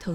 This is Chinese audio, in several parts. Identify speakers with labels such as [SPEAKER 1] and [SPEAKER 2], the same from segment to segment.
[SPEAKER 1] 投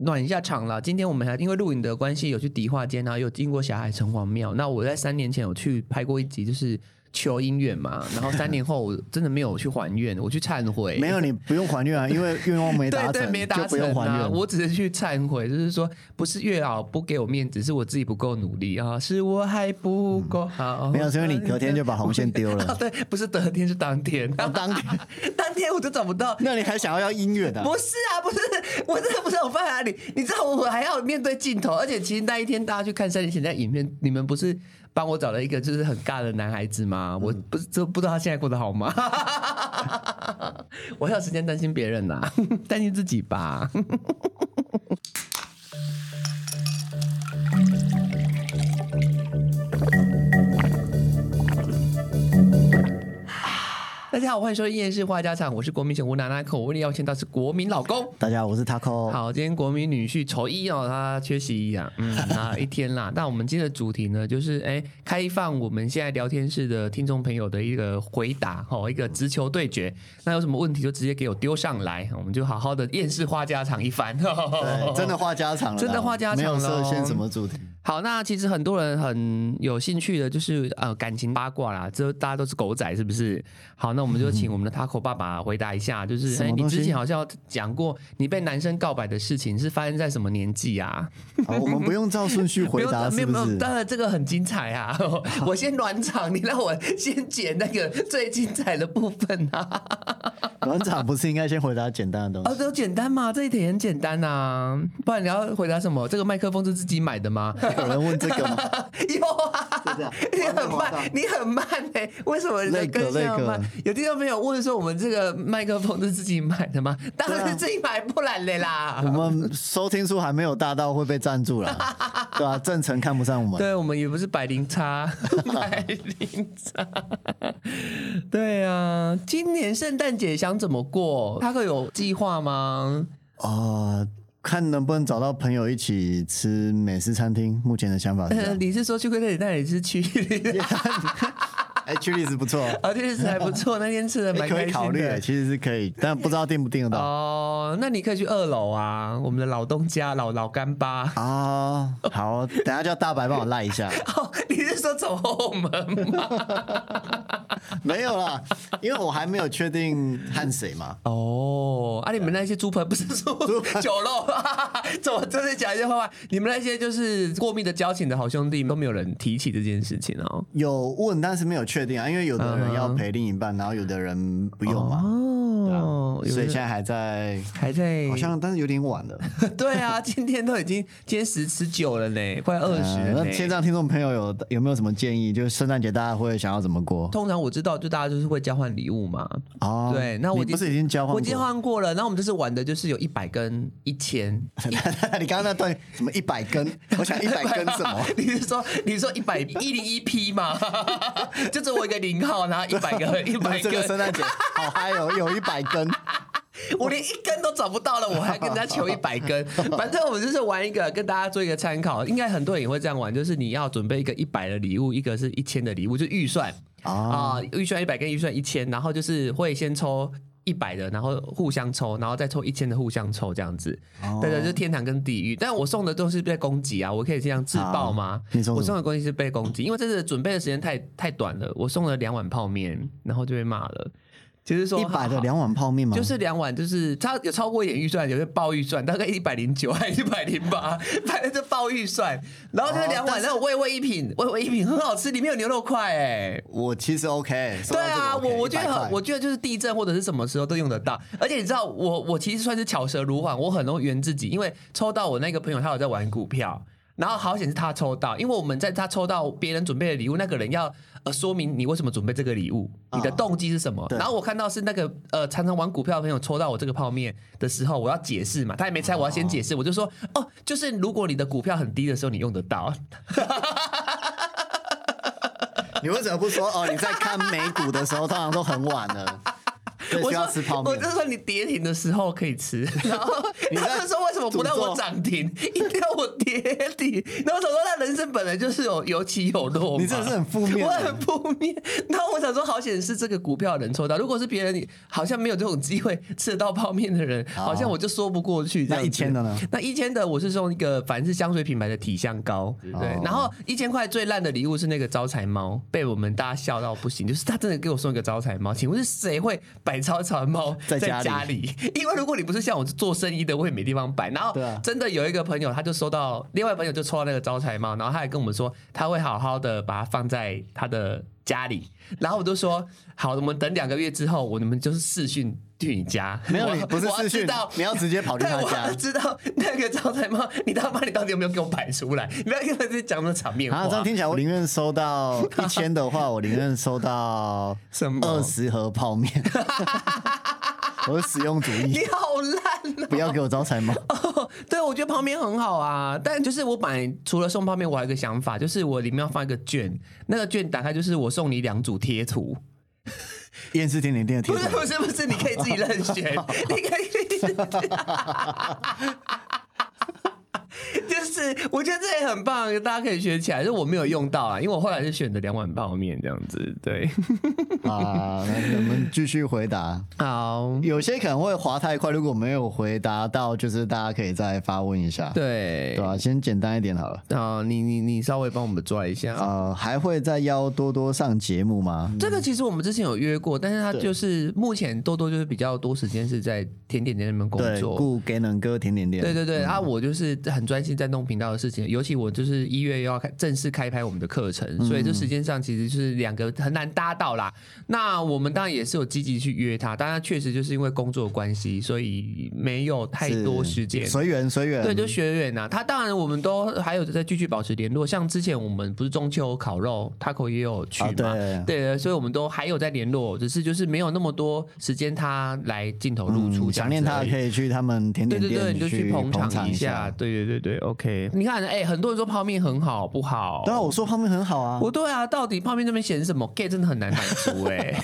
[SPEAKER 2] 暖一下场啦。今天我们还因为录影的关系，有去迪化街，然后有经过霞海城隍庙。那我在三年前有去拍过一集，就是求姻缘嘛。然后三年后我真的没有去还愿，我去忏悔。
[SPEAKER 3] 没有，你不用还愿啊，因为愿望没 达
[SPEAKER 2] 对
[SPEAKER 3] 成，
[SPEAKER 2] 对，没达
[SPEAKER 3] 就不
[SPEAKER 2] 成
[SPEAKER 3] 用还
[SPEAKER 2] 啊！
[SPEAKER 3] 愿。
[SPEAKER 2] 我只是去忏悔，就是说，不是月老不给我面子，是我自己不够努力啊，是我还不够
[SPEAKER 3] 嗯
[SPEAKER 2] 好。
[SPEAKER 3] 没有是因为你隔天就把红线丢了
[SPEAKER 2] 啊对，不是隔天，是当天。
[SPEAKER 3] 哦当天
[SPEAKER 2] 当天我就找不到，
[SPEAKER 3] 那你还想要要音乐的啊、
[SPEAKER 2] 不是啊， 不是，我真的不是有办法。你你知道我还要面对镜头，而且其实那一天大家去看三年前在影片，你们不是帮我找了一个就是很尬的男孩子吗？我不是就不知道他现在过得好吗？ 我还有时间担心别人呐、担心自己吧。大家好，欢迎收听《夜市话家常》，我是国民熊吴娜娜可，我为你邀请到是国民老公。
[SPEAKER 3] 大家好，我是 Taco。
[SPEAKER 2] 好，今天国民女婿丑一哦，他缺席一啊，嗯，啊一天 啦。那我们今天的主题呢，就是哎，开放我们现在聊天室的听众朋友的一个回答，哦，一个直球对决。那有什么问题就直接给我丢上来，我们就好好的厌世话家常一番。
[SPEAKER 3] 对，真的话家常了啦，
[SPEAKER 2] 哦真的话家常
[SPEAKER 3] 没有设
[SPEAKER 2] 咯
[SPEAKER 3] 限什么主题。
[SPEAKER 2] 好，那其实很多人很有兴趣的，就是呃感情八卦啦，这大家都是狗仔，是不是？好，那我们就请我们的 Taco 爸爸回答一下，就是
[SPEAKER 3] 什
[SPEAKER 2] 哎、
[SPEAKER 3] 么
[SPEAKER 2] 你
[SPEAKER 3] 东西
[SPEAKER 2] 之前好像讲过你被男生告白的事情是发生在什么年纪啊？
[SPEAKER 3] 好，我们不用照顺序回 答，
[SPEAKER 2] 没
[SPEAKER 3] 是
[SPEAKER 2] 有
[SPEAKER 3] 不
[SPEAKER 2] 没有没
[SPEAKER 3] 是
[SPEAKER 2] 有，？当然这个很精彩啊！我先暖场，你让我先剪那个最精彩的部分 啊！
[SPEAKER 3] 馆长不是应该先回答简单的东
[SPEAKER 2] 哦，
[SPEAKER 3] 西？
[SPEAKER 2] 这简单嘛，这一题很简单啊，不然你要回答什么？这个麦克风是自己买的 吗？
[SPEAKER 3] 有人问这个吗？
[SPEAKER 2] 有啊，
[SPEAKER 3] 就这样
[SPEAKER 2] 你很
[SPEAKER 3] 滑到
[SPEAKER 2] 慢，你很慢哎、为什么你的
[SPEAKER 3] 累格
[SPEAKER 2] 更新要
[SPEAKER 3] 累格
[SPEAKER 2] 慢？有听众朋友问说，我们这个麦克风是自己买的吗？当
[SPEAKER 3] 啊
[SPEAKER 2] 然是自己买，不然的啦。
[SPEAKER 3] 我们收听数还没有大到会被赞助 啦，对吧、啊？正成看不上我们，
[SPEAKER 2] 对，我们也不是百灵 差，百灵差。对啊，今年圣诞节想怎么过？他会有计划吗？
[SPEAKER 3] 哦，看能不能找到朋友一起吃美食餐厅。目前的想法是这
[SPEAKER 2] 呃
[SPEAKER 3] 样。
[SPEAKER 2] 你是说去那里？那里是去？
[SPEAKER 3] 哎，去历史不错，
[SPEAKER 2] 啊，确实还不 错，那天吃的 蛮
[SPEAKER 3] 哎可
[SPEAKER 2] 开
[SPEAKER 3] 以
[SPEAKER 2] 心
[SPEAKER 3] 考虑，
[SPEAKER 2] 的。
[SPEAKER 3] 其实是 可以，但不知道订不订得到
[SPEAKER 2] 哦，那你可以去二楼啊，我们的老东家老老干爸。
[SPEAKER 3] 啊。好，等下叫大白帮我赖一 下。
[SPEAKER 2] 哦，你是说走后门吗？
[SPEAKER 3] 没有啦，因为我还没有确定和谁嘛。
[SPEAKER 2] 哦，啊，你们那些猪盆不是猪酒肉， 怎么真的讲一些坏话？你们那些就是过密的交情的好兄弟，都没有人提起这件事情哦。
[SPEAKER 3] 有问，但是没有确定啊，因为有的人要陪另一半，然后有的人不用嘛，
[SPEAKER 2] 哦，有
[SPEAKER 3] 所以
[SPEAKER 2] 人
[SPEAKER 3] 现在还在，
[SPEAKER 2] 还在，
[SPEAKER 3] 好像但是有点晚了。
[SPEAKER 2] 对啊，今天都已经今天十十九了呢，快二十
[SPEAKER 3] 嗯
[SPEAKER 2] 了
[SPEAKER 3] 那
[SPEAKER 2] 呢。
[SPEAKER 3] 线上听众朋友有有没有什么建议？就是圣诞节大家会想要怎么过？
[SPEAKER 2] 通常我知道，就大家就是会交换礼物嘛。
[SPEAKER 3] 哦，
[SPEAKER 2] 对，那我
[SPEAKER 3] 你不是已经交换过？
[SPEAKER 2] 我已经换过了。那我们这次玩的就是有一百跟一千，
[SPEAKER 3] 你刚刚那段什么一百根？我想一百根哎什么？
[SPEAKER 2] 你是说你是说一百一零一 P 吗？ 就只有我一个零号，然后一百 个 一百
[SPEAKER 3] 这个圣
[SPEAKER 2] 个，
[SPEAKER 3] 诞节好嗨哦，有一百根。
[SPEAKER 2] 我连一根都找不到了，我还跟人家求一百 根。反正我们就是玩一个，跟大家做一个参考。应该很多人也会这样玩，就是你要准备一个一百的礼物，一个是一千的礼物，就预算
[SPEAKER 3] 啊
[SPEAKER 2] 啊，预算一百跟预算一千，然后就是会先抽。一百的，然后互相抽，然后再抽一千的，互相抽这样子。 对对，
[SPEAKER 3] 哦
[SPEAKER 2] 就是天堂跟地狱。但我送的都是被攻击啊，我可以这样自爆吗？
[SPEAKER 3] 你送什么
[SPEAKER 2] 我送的东西是被攻击，因为这次准备的时间太太短了。我送了两碗泡面，然后就被骂了。就是说
[SPEAKER 3] 一百的
[SPEAKER 2] 好
[SPEAKER 3] 两碗泡面 吗？
[SPEAKER 2] 就是两碗，就是它有超过一点预算，有些爆预算，大概一百零九还是一百零八，反正就爆预算。然
[SPEAKER 3] 哦
[SPEAKER 2] 后就是两碗，然后味味一品，味味一品很好吃，里面有牛肉块哎、
[SPEAKER 3] 我其实 OK，收
[SPEAKER 2] 对
[SPEAKER 3] 到这个
[SPEAKER 2] 啊，
[SPEAKER 3] OK，
[SPEAKER 2] 我我觉得
[SPEAKER 3] 100块
[SPEAKER 2] 很，我觉得就是地震或者是什么时候都用得到。而且你知道，我我其实算是巧舌如簧，我很容易圆自己，因为抽到我那个朋友他有在玩股票。然后好险是他抽到，因为我们在他抽到别人准备的礼物，那个人要呃说明你为什么准备这个礼物，
[SPEAKER 3] 啊
[SPEAKER 2] 你的动机是什么。
[SPEAKER 3] 对
[SPEAKER 2] 然后我看到是那个呃常常玩股票的朋友抽到我这个泡面的时候，我要解释嘛，他也没猜，我要先解释，我就说哦，就是如果你的股票很低的时候，你用得到。
[SPEAKER 3] 你为什么不说哦？你在看美股的时候，通常都很晚了，所以
[SPEAKER 2] 我
[SPEAKER 3] 需要
[SPEAKER 2] 说
[SPEAKER 3] 吃泡
[SPEAKER 2] 我
[SPEAKER 3] 面
[SPEAKER 2] 就。说你跌停的时候可以吃，然后
[SPEAKER 3] 你在
[SPEAKER 2] 他就说为什么不让我涨停，一定要我跌停？然后我想说那人生本来就是有有起有落嘛，
[SPEAKER 3] 你真的是很负面
[SPEAKER 2] 我
[SPEAKER 3] 欸
[SPEAKER 2] 很负面。然后我想说好险是这个股票能抽到，如果是别人好像没有这种机会吃得到泡面的人，好像我就说不过去这样
[SPEAKER 3] 哦那
[SPEAKER 2] 子。
[SPEAKER 3] 一千的呢？
[SPEAKER 2] 那一千的我是送一个凡是香水品牌的体香膏，对，
[SPEAKER 3] 哦
[SPEAKER 2] 然后一千块最烂的礼物是那个招财猫，被我们大家笑到不行，就是他真的给我送一个招财猫，请问是谁会摆招财猫
[SPEAKER 3] 在
[SPEAKER 2] 家
[SPEAKER 3] 家里
[SPEAKER 2] 因为如果你不是像我是做生意的，我也没地方摆。然后
[SPEAKER 3] 对啊
[SPEAKER 2] 真的有一个朋友，他就收到另外朋友就抽到那个招财猫，然后他还跟我们说他会好好的把它放在他的家里，然后我就说好，我们等两个月之后，我们就是视讯去你家，
[SPEAKER 3] 没有，
[SPEAKER 2] 我
[SPEAKER 3] 你不是
[SPEAKER 2] 我要
[SPEAKER 3] 视
[SPEAKER 2] 知
[SPEAKER 3] 讯
[SPEAKER 2] 道，
[SPEAKER 3] 你要直接跑去
[SPEAKER 2] 但
[SPEAKER 3] 他
[SPEAKER 2] 我要
[SPEAKER 3] 家。
[SPEAKER 2] 知道那个招财猫，你他妈你到底有没有给我摆出来？你不要跟我自己讲那场面话。
[SPEAKER 3] 啊，这样听起来，我宁愿收到一千的话，我宁愿收到
[SPEAKER 2] 什么
[SPEAKER 3] 二十盒 泡面。我是实用主义，
[SPEAKER 2] 你好烂、
[SPEAKER 3] 不要给我招财猫。
[SPEAKER 2] 哦！对，我觉得泡面很好啊，但就是我本来除了送泡面，我还有一个想法，就是我里面要放一个券，那个券打开就是我送你两组贴图，
[SPEAKER 3] 厌世甜点店的
[SPEAKER 2] 不
[SPEAKER 3] 贴
[SPEAKER 2] 是
[SPEAKER 3] 图
[SPEAKER 2] 不是不是，你可以自己任选， 你可以。就是我觉得这也很棒，大家可以学起来。就我没有用到啊，因为我后来是选的两碗泡面这样子。 对，
[SPEAKER 3] 啊，那我们继续回答。
[SPEAKER 2] 好，
[SPEAKER 3] 有些可能会滑太快，如果没有回答到，就是大家可以再发问一下。
[SPEAKER 2] 对
[SPEAKER 3] 对吧、先简单一点好了。
[SPEAKER 2] 啊、你你你稍微帮我们抓一下。
[SPEAKER 3] 呃，还会再邀多多上节目吗？
[SPEAKER 2] 这个其实我们之前有约过，但是他
[SPEAKER 3] 对
[SPEAKER 2] 就是目前多多就是比较多时间是在甜点店那边工
[SPEAKER 3] 对，
[SPEAKER 2] 作。
[SPEAKER 3] 顾嗯给能哥甜点店。
[SPEAKER 2] 对对对，啊，我就是很专心在弄频道的事情，尤其我就是一月又要开正式开拍我们的课程，所
[SPEAKER 3] 嗯
[SPEAKER 2] 以这时间上其实就是两个很难搭到啦。那我们当然也是有积极去约他，但他确实就是因为工作的关系，所以没有太
[SPEAKER 3] 是
[SPEAKER 2] 多时间。
[SPEAKER 3] 随缘随缘。
[SPEAKER 2] 对，就学员呐、他当然我们都还有在继续保持联络，像之前我们不是中秋烤肉，Taco 也有去嘛，
[SPEAKER 3] 啊对
[SPEAKER 2] 对，所以我们都还有在联络，只是就是没有那么多时间他来镜头露出、
[SPEAKER 3] 嗯想念他可
[SPEAKER 2] 以。
[SPEAKER 3] 以去他们甜
[SPEAKER 2] 对
[SPEAKER 3] 点
[SPEAKER 2] 对
[SPEAKER 3] 店，
[SPEAKER 2] 对，你就去捧场
[SPEAKER 3] 场
[SPEAKER 2] 一下，
[SPEAKER 3] 下。
[SPEAKER 2] 对对对对，OK。你看，哎、很多人说泡面很好，不好。
[SPEAKER 3] 对啊，我说泡面很好啊，
[SPEAKER 2] 我
[SPEAKER 3] 我
[SPEAKER 2] 对啊，到底泡面那边写什么 gay 真的很难满 足哎、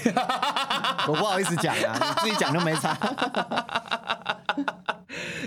[SPEAKER 3] 我不好意思讲啊，你自己讲就没差。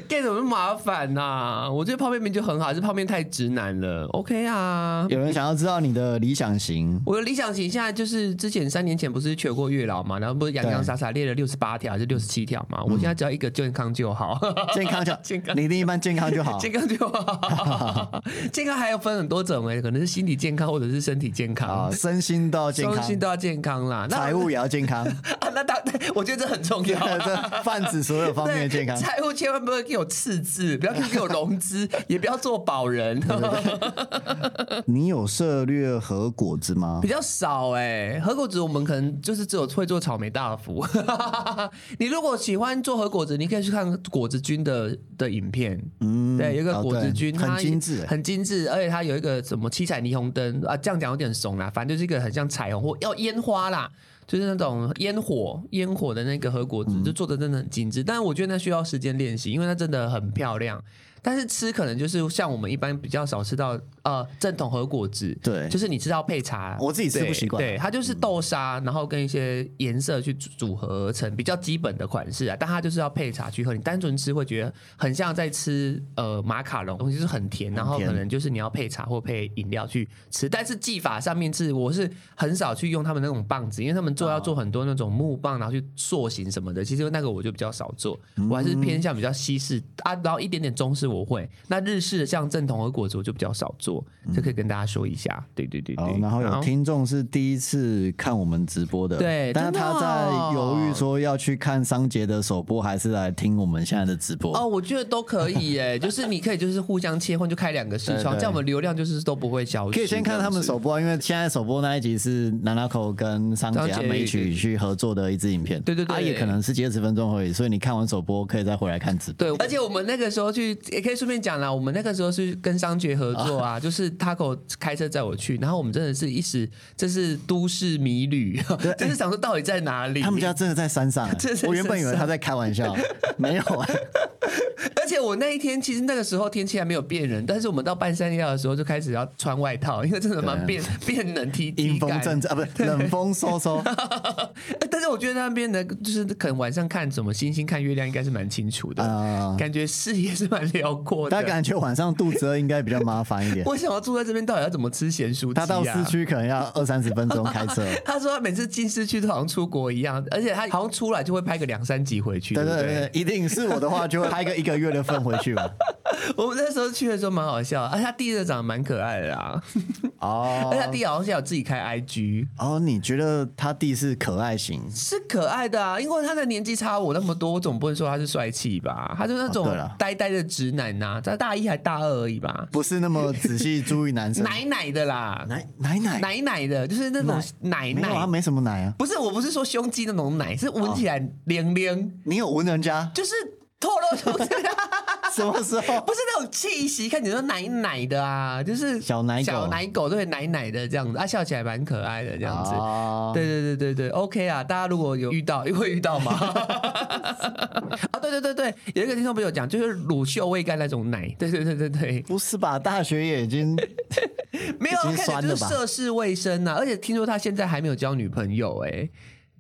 [SPEAKER 2] gay 怎么那么麻烦呐、我觉得泡面面就很好，是泡面太直男了，OK 啊。
[SPEAKER 3] 有人想要知道你的理想型，
[SPEAKER 2] 我的理想型现在就是之前三年前不是求过月老嘛，然后不是洋洋洒洒列了六十八条还是六十七条
[SPEAKER 3] 嗯
[SPEAKER 2] 嘛，我现在只要一个健康就好，
[SPEAKER 3] 健康就
[SPEAKER 2] 健康
[SPEAKER 3] 你另一半健康就好。
[SPEAKER 2] 健康就好，健康还有分很多种哎、可能是心理健康或者是身体健
[SPEAKER 3] 啊，
[SPEAKER 2] 康，
[SPEAKER 3] 身心都要健
[SPEAKER 2] 身
[SPEAKER 3] 康，
[SPEAKER 2] 心都要健康啦。那
[SPEAKER 3] 财务也要 健康，
[SPEAKER 2] 啊，那当然，我觉得这很重要。啊
[SPEAKER 3] 这泛指所有方面的健康
[SPEAKER 2] 对。财务千万不要给我赤字，不要给我融资，也不要做保人，
[SPEAKER 3] 你有涉略和果子吗
[SPEAKER 2] 比？较少哎、和果子我们可能就是只有会做草莓大福。 你如果喜欢做和果子，你可以去看果子君的的影片。
[SPEAKER 3] 嗯
[SPEAKER 2] 对，有一个
[SPEAKER 3] 哦
[SPEAKER 2] 果子
[SPEAKER 3] 对
[SPEAKER 2] 君，它
[SPEAKER 3] 很精致欸，
[SPEAKER 2] 很精致，而且它有一个什么七彩霓虹灯啊，这样讲有点怂啦，反正就是一个很像彩虹或要烟花啦，就是那种烟火烟火的那个和果子，
[SPEAKER 3] 嗯
[SPEAKER 2] 就做的真的很精致。但是我觉得那需要时间练习，因为它真的很漂亮。但是吃可能就是像我们一般比较少吃到呃正统和果子，
[SPEAKER 3] 对
[SPEAKER 2] 就是你知道配茶，
[SPEAKER 3] 我自己吃不
[SPEAKER 2] 对
[SPEAKER 3] 习惯嗯
[SPEAKER 2] 对，它就是豆沙，然后跟一些颜色去组组合而成，比较基本的款式啊。但它就是要配茶去喝，你单纯吃会觉得很像在吃呃马卡龙，东西是很甜，然后可能就是你要配茶或配饮料去吃。但是技法上面是我是很少去用他们那种棒子，因为他们做要
[SPEAKER 3] 哦
[SPEAKER 2] 做很多那种木棒，然后去塑形什么的。其实那个我就比较少做，我还是
[SPEAKER 3] 嗯
[SPEAKER 2] 偏向比较西式啊，然后一点点中式我会。那日式的像正统和果子我就比较少做，这可以跟大家说一下。对对对
[SPEAKER 3] 嗯好
[SPEAKER 2] 对，，
[SPEAKER 3] 哦然后有听众是第一次看我们直播的，
[SPEAKER 2] 对
[SPEAKER 3] 但是
[SPEAKER 2] 真的
[SPEAKER 3] 他
[SPEAKER 2] 哦
[SPEAKER 3] 在犹豫说要去看桑杰的首播，还是来听我们现在的直播。
[SPEAKER 2] 哦，我觉得都可以 耶，就是你可以就是互相切换，就开两个视窗，
[SPEAKER 3] 对对
[SPEAKER 2] 这样我们流量就是都不会消失。
[SPEAKER 3] 可以先看他们
[SPEAKER 2] 这样
[SPEAKER 3] 首播啊，因为现在首播那一集是南拉口跟桑杰
[SPEAKER 2] 桑杰
[SPEAKER 3] 他们一起去合作的一支影片，
[SPEAKER 2] 对对对
[SPEAKER 3] 啊也可能是几二十分钟而已，所以你看完首播可以再回来看直
[SPEAKER 2] 子。对
[SPEAKER 3] 播。，
[SPEAKER 2] 而且我们那个时候去也可以顺便讲啦，我们那个时候是跟商爵合作 啊，就是 Taco 开车载我去，然后我们真的是一时这是都市迷旅，就是想说到底在哪里？
[SPEAKER 3] 他们家真的在山 上、欸
[SPEAKER 2] 真的在
[SPEAKER 3] 我原本以为
[SPEAKER 2] 山上
[SPEAKER 3] 他在开 玩笑，没有啊，
[SPEAKER 2] 而且我那一天其实那个时候天气还没有变冷，但是我们到半山腰的时候就开始要穿外套，因为真的蛮变变冷体体
[SPEAKER 3] 阴风
[SPEAKER 2] 感。
[SPEAKER 3] 阵阵啊，不是冷风嗖嗖，
[SPEAKER 2] 但是我觉得那边的，就是可能晚上看什么星星、看月亮，应该是蛮清楚的，
[SPEAKER 3] 啊
[SPEAKER 2] 感觉视野是蛮辽阔
[SPEAKER 3] 但
[SPEAKER 2] 的。
[SPEAKER 3] 感觉晚上肚子饿应该比较麻烦一点。
[SPEAKER 2] 我想要住在这边，到底要怎么吃咸酥鸡、啊？
[SPEAKER 3] 他到市区可能要二三十分钟开车。
[SPEAKER 2] 他说他每次进市区都好像出国一样，而且他好像出来就会拍个两三集回去，
[SPEAKER 3] 对
[SPEAKER 2] 对不
[SPEAKER 3] 对
[SPEAKER 2] 对？
[SPEAKER 3] 对，一定是我的话就会拍个一个月的份回去吧。
[SPEAKER 2] 我们那时候去的时候蛮好笑，而、啊、且他弟弟长得蛮可爱的 啊，而且他
[SPEAKER 3] 哦
[SPEAKER 2] 弟好像是有自己开 IG，
[SPEAKER 3] 哦，你觉得他弟是可爱型？
[SPEAKER 2] 是可爱的啊，因为他的年纪差我那么多，我总不能说他是帅气吧？他就是那种
[SPEAKER 3] 哦对啦
[SPEAKER 2] 呆呆的直男呐、他大一还大二而已吧，
[SPEAKER 3] 不是那么仔细注意男生？
[SPEAKER 2] 奶奶的啦，
[SPEAKER 3] 奶奶奶
[SPEAKER 2] 奶奶的，就是那种奶
[SPEAKER 3] 没有啊，
[SPEAKER 2] 奶。
[SPEAKER 3] 没什么奶啊。
[SPEAKER 2] 不是，我不是说胸肌那种奶，是闻起来凉凉，
[SPEAKER 3] 你有闻人家
[SPEAKER 2] 就是透露 出
[SPEAKER 3] 什么时候？
[SPEAKER 2] 不是那种气息，看起来就奶奶的啊，就是
[SPEAKER 3] 小奶狗
[SPEAKER 2] 小奶狗对奶奶的这样子，啊，笑起来蛮可爱的这样子。
[SPEAKER 3] 哦
[SPEAKER 2] 对对对对对，OK 啊！大家如果有遇到，会遇到 吗？ 啊，对对对对，有一个听众朋友讲，就是乳臭未干那种奶，对对对对对，
[SPEAKER 3] 不是吧？大学也已经
[SPEAKER 2] 没有
[SPEAKER 3] 已
[SPEAKER 2] 看
[SPEAKER 3] 经
[SPEAKER 2] 起来
[SPEAKER 3] 酸
[SPEAKER 2] 就
[SPEAKER 3] 了
[SPEAKER 2] 是
[SPEAKER 3] 吧
[SPEAKER 2] 涉世未深啊呐、而且听说他现在还没有交女朋友哎、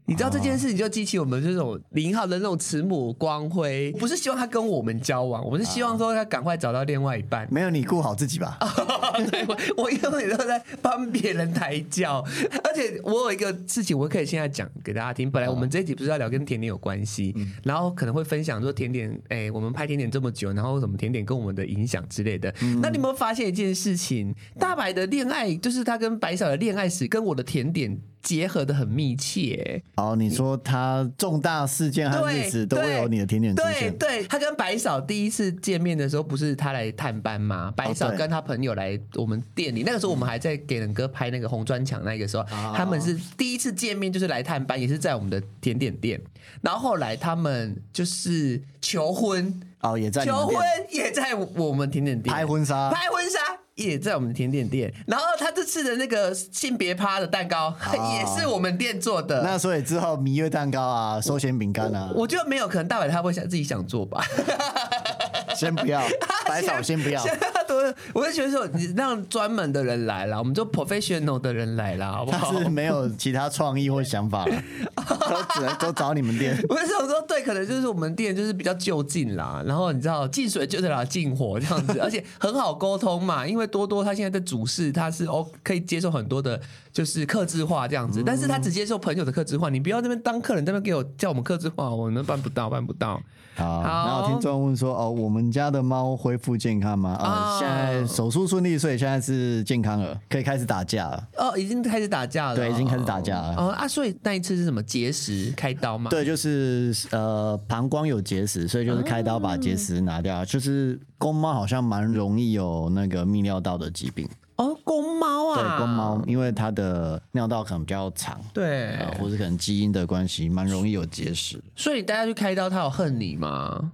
[SPEAKER 2] 你知道这件事情就激起我们这种零号的那种慈母光
[SPEAKER 3] 哦
[SPEAKER 2] 辉，不是希望他跟我们交往，我们是希望说他赶快找到另外一半。
[SPEAKER 3] 没有你顾好自己吧？
[SPEAKER 2] 对，我我永远都在帮别人抬轿，而且我有一个事情，我可以现在讲给大家听。本来我们这一集不是要聊跟甜点有关系，然后可能会分享说甜点，哎、我们拍甜点这么久，然后什么甜点跟我们的影响之类的。那你有没有发现一件事情？大白的恋爱，就是他跟白小的恋爱史，跟我的甜点结合的很密切、
[SPEAKER 3] 哦，你说他重大事件和
[SPEAKER 2] 对
[SPEAKER 3] 啊日子都会有你的甜点出
[SPEAKER 2] 对
[SPEAKER 3] 现，
[SPEAKER 2] 对，他跟白嫂第一次见面的时候，不是他来探班吗？白嫂
[SPEAKER 3] 哦对
[SPEAKER 2] 跟他朋友来我们店里，那个时候我们还在给人哥拍那个红砖墙，那个时候、
[SPEAKER 3] 啊
[SPEAKER 2] 他们是第一次见面，就是来探班，也是在我们的甜点店。然后后来他们就是求婚，
[SPEAKER 3] 哦，也在你
[SPEAKER 2] 求
[SPEAKER 3] 们
[SPEAKER 2] 婚
[SPEAKER 3] 店
[SPEAKER 2] 也在我们甜点店
[SPEAKER 3] 拍婚纱，
[SPEAKER 2] 拍婚纱也在我们甜点店，然后他这次的那个性别趴的蛋糕、
[SPEAKER 3] 哦
[SPEAKER 2] 也是我们店做的。
[SPEAKER 3] 那所以之后蜜月蛋糕啊，收钱饼干啊，
[SPEAKER 2] 我觉得没有，可能大伟他会想自己想做吧。
[SPEAKER 3] 先不 要，白嫂先不要，
[SPEAKER 2] 对，我就觉得说，你让专门的人来啦，我们就 professional 的人来啦，好不好
[SPEAKER 3] 他？是没有其他创意或想法了，都只能都找你们店。
[SPEAKER 2] 我是想说，对，可能就是我们店就是比较就近啦，然后你知道近水就是啦近火这 样子，而且很好沟通嘛，因为多多他现在在主事，他是哦可以接受很多的，就是客制化这样子，但是
[SPEAKER 3] 嗯
[SPEAKER 2] 他只接受朋友的客制化，你不要那边当客人那边给我叫我们客制化，我们办不到，办不到。
[SPEAKER 3] 好，
[SPEAKER 2] 好
[SPEAKER 3] 然后听众问说，哦，我们家的猫恢复健康吗？啊、
[SPEAKER 2] 哦
[SPEAKER 3] 现在手术顺利，所以现在是健康了，可以开始打架了。
[SPEAKER 2] 哦，已经开始打架了，
[SPEAKER 3] 对已经开始打架了
[SPEAKER 2] 哦啊，所以那一次是什么结石开刀吗？啊
[SPEAKER 3] 对，就是呃，膀胱有结石，所以就是开刀把结石拿掉。啊就是公猫好像蛮容易有那个泌尿道的疾病，
[SPEAKER 2] 哦，公猫啊，
[SPEAKER 3] 对，公猫因为它的尿道可能比较长，
[SPEAKER 2] 对，
[SPEAKER 3] 啊，或者可能基因的关系，蛮容易有结石。
[SPEAKER 2] 所以你带他去开刀，他有恨你吗？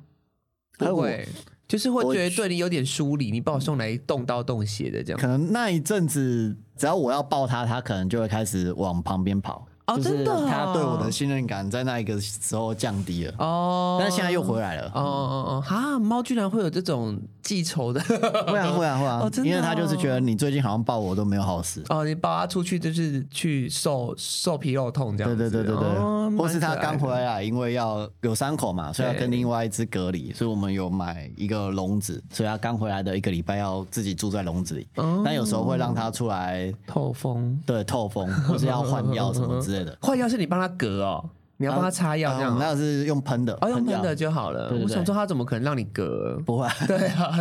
[SPEAKER 3] 恨
[SPEAKER 2] 不
[SPEAKER 3] 我
[SPEAKER 2] 会，就是会觉得对你有点疏离，你把我送来动刀动血的这样。
[SPEAKER 3] 可能那一阵子，只要我要抱它，它可能就会开始往旁边跑。
[SPEAKER 2] 哦
[SPEAKER 3] 就是
[SPEAKER 2] 真的哦
[SPEAKER 3] 它对我的信任感在那一个时候降低了，
[SPEAKER 2] 哦，
[SPEAKER 3] 但现在又回来了。
[SPEAKER 2] 哦哦哦，哈，猫居然会有这种记仇的，
[SPEAKER 3] 会啊会啊会啊，
[SPEAKER 2] 哦真的
[SPEAKER 3] 因为它就是
[SPEAKER 2] 哦
[SPEAKER 3] 觉得你最近好像抱我都没有好事。
[SPEAKER 2] 哦，你抱它出去就是去受受皮肉痛这样
[SPEAKER 3] 对
[SPEAKER 2] 子，
[SPEAKER 3] 对对对对，
[SPEAKER 2] 哦
[SPEAKER 3] 或
[SPEAKER 2] 蛮
[SPEAKER 3] 是
[SPEAKER 2] 可爱
[SPEAKER 3] 它
[SPEAKER 2] 的
[SPEAKER 3] 刚回来，啊因为要有伤口嘛，所以要
[SPEAKER 2] 对
[SPEAKER 3] 跟另外一只隔离，所以我们有买一个笼子，所以它刚回来的一个礼拜要自己住在笼子里。
[SPEAKER 2] 哦
[SPEAKER 3] 但有时候会让它出来
[SPEAKER 2] 透风，
[SPEAKER 3] 对透风，或是要换药什么之类的。
[SPEAKER 2] 换药是你帮它隔哦，你 要帮它擦药这样
[SPEAKER 3] 嗯
[SPEAKER 2] 哦，
[SPEAKER 3] 那是用喷的，
[SPEAKER 2] 哦用喷
[SPEAKER 3] 药
[SPEAKER 2] 的就好了
[SPEAKER 3] 对。对
[SPEAKER 2] 我
[SPEAKER 3] 对
[SPEAKER 2] 想说它怎么可能让你隔？
[SPEAKER 3] 不会。
[SPEAKER 2] 对啊，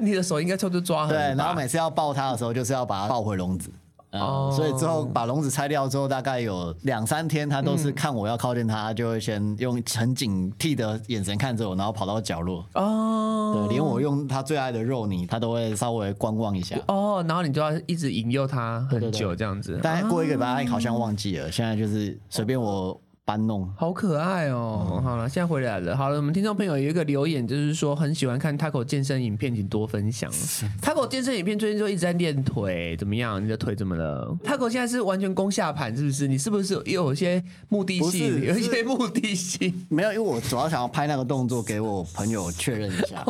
[SPEAKER 2] 你的手应该抽出抓痕
[SPEAKER 3] 对，
[SPEAKER 2] 吧。
[SPEAKER 3] 然后每次要抱它的时候，就是要把它抱回笼子。嗯
[SPEAKER 2] 哦
[SPEAKER 3] 所以之后把笼子拆掉之后，大概有两三天，它都
[SPEAKER 2] 嗯
[SPEAKER 3] 是看我要靠近它，它就会先用很警惕的眼神看着我，然后跑到角落。
[SPEAKER 2] 哦，
[SPEAKER 3] 对，连我用它最爱的肉泥，它都会稍微观望一下。
[SPEAKER 2] 哦，然后你就要一直引诱他
[SPEAKER 3] 对
[SPEAKER 2] 很
[SPEAKER 3] 对
[SPEAKER 2] 久这样子。
[SPEAKER 3] 但过一个礼拜，它好像忘记了。现在就是随便我搬弄。
[SPEAKER 2] 好可爱哦！
[SPEAKER 3] 嗯
[SPEAKER 2] 好了，现在回来了。好了，我们听众朋友有一个留言，就是说很喜欢看 Taco 健身影片，请多分享。Taco 健身影片最近就一直在练腿，怎么样？你的腿怎么了？Taco 现在是完全攻下盘，是不是？你是不是又有些目的
[SPEAKER 3] 不
[SPEAKER 2] 性？
[SPEAKER 3] 是
[SPEAKER 2] 有一些目的性？
[SPEAKER 3] 没有，因为我主要想要拍那个动作给我朋友确认一 下。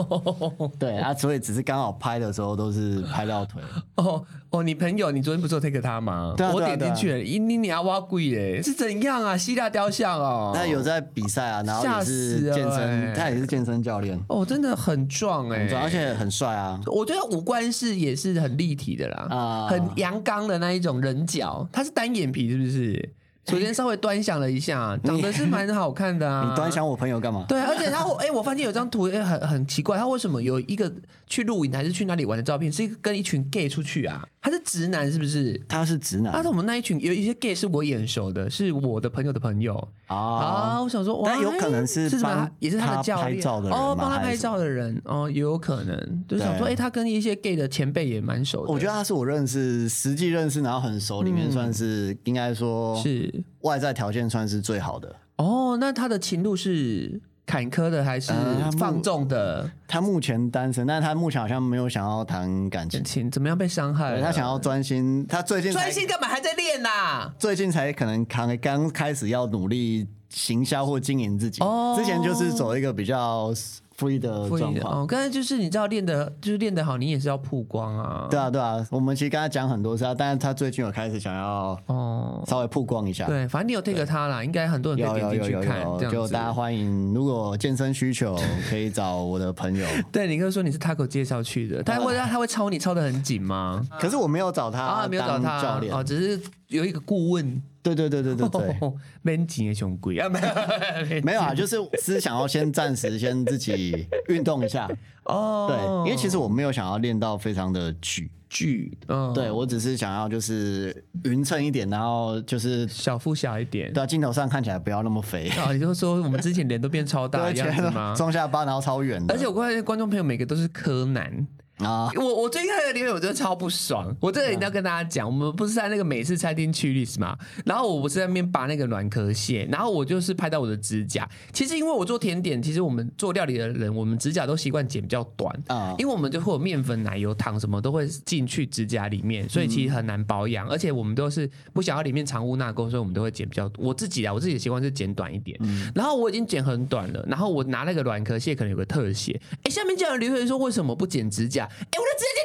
[SPEAKER 3] 对啊，所以只是刚好拍的时候都是拍到腿。
[SPEAKER 2] 哦哦，你朋友，你昨天不是有 take 他吗？
[SPEAKER 3] 对啊
[SPEAKER 2] 我
[SPEAKER 3] 对啊
[SPEAKER 2] 点进去了，你你你要挖贵耶，是怎样啊？希腊雕像哦，
[SPEAKER 3] 那有在比赛啊，然后
[SPEAKER 2] 吓
[SPEAKER 3] 也是
[SPEAKER 2] 死了
[SPEAKER 3] 健
[SPEAKER 2] 欸
[SPEAKER 3] 身，他也是健身教练，
[SPEAKER 2] 哦，真的很壮哎、
[SPEAKER 3] 很壮而且很帅啊。
[SPEAKER 2] 我觉得五官是也是很立体的啦，
[SPEAKER 3] 啊
[SPEAKER 2] 很阳刚的那一种人角。他是单眼皮是不是？昨天稍微端详了一下，长得是蛮好看的啊。
[SPEAKER 3] 你端详我朋友干嘛？
[SPEAKER 2] 对，而且他我哎、我发现有张图哎、很很奇怪，他为什么有一个去露营还是去哪里玩的照片，是一个跟一群 gay 出去啊？他是直男是不是？
[SPEAKER 3] 他是直男
[SPEAKER 2] 啊他是我们那一群有一些 gay 是我眼熟的，是我的朋友的朋友
[SPEAKER 3] 啊，
[SPEAKER 2] 啊。我想说，哇
[SPEAKER 3] 但有可能是
[SPEAKER 2] 是什么
[SPEAKER 3] 帮？
[SPEAKER 2] 也是他的
[SPEAKER 3] 他
[SPEAKER 2] 教
[SPEAKER 3] 拍
[SPEAKER 2] 练
[SPEAKER 3] 照的人
[SPEAKER 2] 哦，
[SPEAKER 3] 吗
[SPEAKER 2] 帮他
[SPEAKER 3] 还是
[SPEAKER 2] 拍
[SPEAKER 3] 什么
[SPEAKER 2] 照的人哦，也有可能就想说，哎、
[SPEAKER 3] 对
[SPEAKER 2] 他跟一些 gay 的前辈也蛮熟的。
[SPEAKER 3] 我觉得他是我认识实际认识，然后很熟，里
[SPEAKER 2] 嗯
[SPEAKER 3] 面算是应该说
[SPEAKER 2] 是
[SPEAKER 3] 外在条件算是最好的。
[SPEAKER 2] 哦，那他的情路是坎坷的还是
[SPEAKER 3] 呃他目
[SPEAKER 2] 放纵的？
[SPEAKER 3] 他目前单身，但是他目前好像没有想要谈感情，
[SPEAKER 2] 情怎么样被伤害
[SPEAKER 3] 对
[SPEAKER 2] 了？
[SPEAKER 3] 他想要专心，他最近才
[SPEAKER 2] 专心干嘛？还在练呐、
[SPEAKER 3] 最近才可能刚刚开始要努力行销或经营自己，
[SPEAKER 2] 哦
[SPEAKER 3] 之前就是走一个比较 free 的
[SPEAKER 2] 不一
[SPEAKER 3] 状
[SPEAKER 2] 定
[SPEAKER 3] 况。
[SPEAKER 2] 哦，刚才就是你知道练的，就是练得好，你也是要曝光啊。
[SPEAKER 3] 对啊，对啊，我们其实跟他讲很多次啊，但是他最近有开始想要
[SPEAKER 2] 哦，
[SPEAKER 3] 稍微曝光一下。
[SPEAKER 2] 对，反正你有 take 他啦，应该很多人
[SPEAKER 3] 有
[SPEAKER 2] 可以
[SPEAKER 3] 有
[SPEAKER 2] 点
[SPEAKER 3] 有
[SPEAKER 2] 进去
[SPEAKER 3] 有
[SPEAKER 2] 看，
[SPEAKER 3] 有，
[SPEAKER 2] 这样
[SPEAKER 3] 就
[SPEAKER 2] 子
[SPEAKER 3] 大家欢迎，如果健身需求可以找我的朋 友，
[SPEAKER 2] 对，你刚才说你是 Taco 介绍去 的，他会他会抄你抄的很紧吗？
[SPEAKER 3] 可是我没有找他
[SPEAKER 2] 啊，没有找
[SPEAKER 3] 当
[SPEAKER 2] 他
[SPEAKER 3] 教练
[SPEAKER 2] 哦，，只是有一个顾问，
[SPEAKER 3] 对对对对 对对，
[SPEAKER 2] 蛮紧的熊鬼啊，没有
[SPEAKER 3] 没有啊，就是是想要先暂时先自己运动一下，
[SPEAKER 2] 哦，
[SPEAKER 3] 对，因为其实我没有想要练到非常的举，
[SPEAKER 2] 剧，嗯，
[SPEAKER 3] 对我只是想要就是匀称一点，然后就是
[SPEAKER 2] 小腹小一点。
[SPEAKER 3] 到镜头上看起来不要那么肥，
[SPEAKER 2] 啊，你就说我们之前脸都变超 大的
[SPEAKER 3] 对，
[SPEAKER 2] 样子吗？
[SPEAKER 3] 中下巴然后超圆的，
[SPEAKER 2] 而且我发现观众朋友每个都是柯南，
[SPEAKER 3] 啊，
[SPEAKER 2] 我我最近看的留言我真的超不爽，我这个一定要跟大家讲，我们不是在那个美式餐厅去历史嘛，然后我不是在那边拔那个软壳蟹，然后我就是拍到我的指甲，其实因为我做甜点，其实我们做料理的人，我们指甲都习惯剪比较短，
[SPEAKER 3] 啊
[SPEAKER 2] 因为我们就会有面粉、奶油、糖什么都会进去指甲里面，所以其实很难保养，而且我们都是不想要里面藏污纳垢，所以我们都会剪比较多。我自己啊，我自己的习惯是剪短一点。然后我已经剪很短了，然后我拿那个软壳蟹可能有个特写，哎，下面就有人留言说为什么不剪指甲？哎，我的指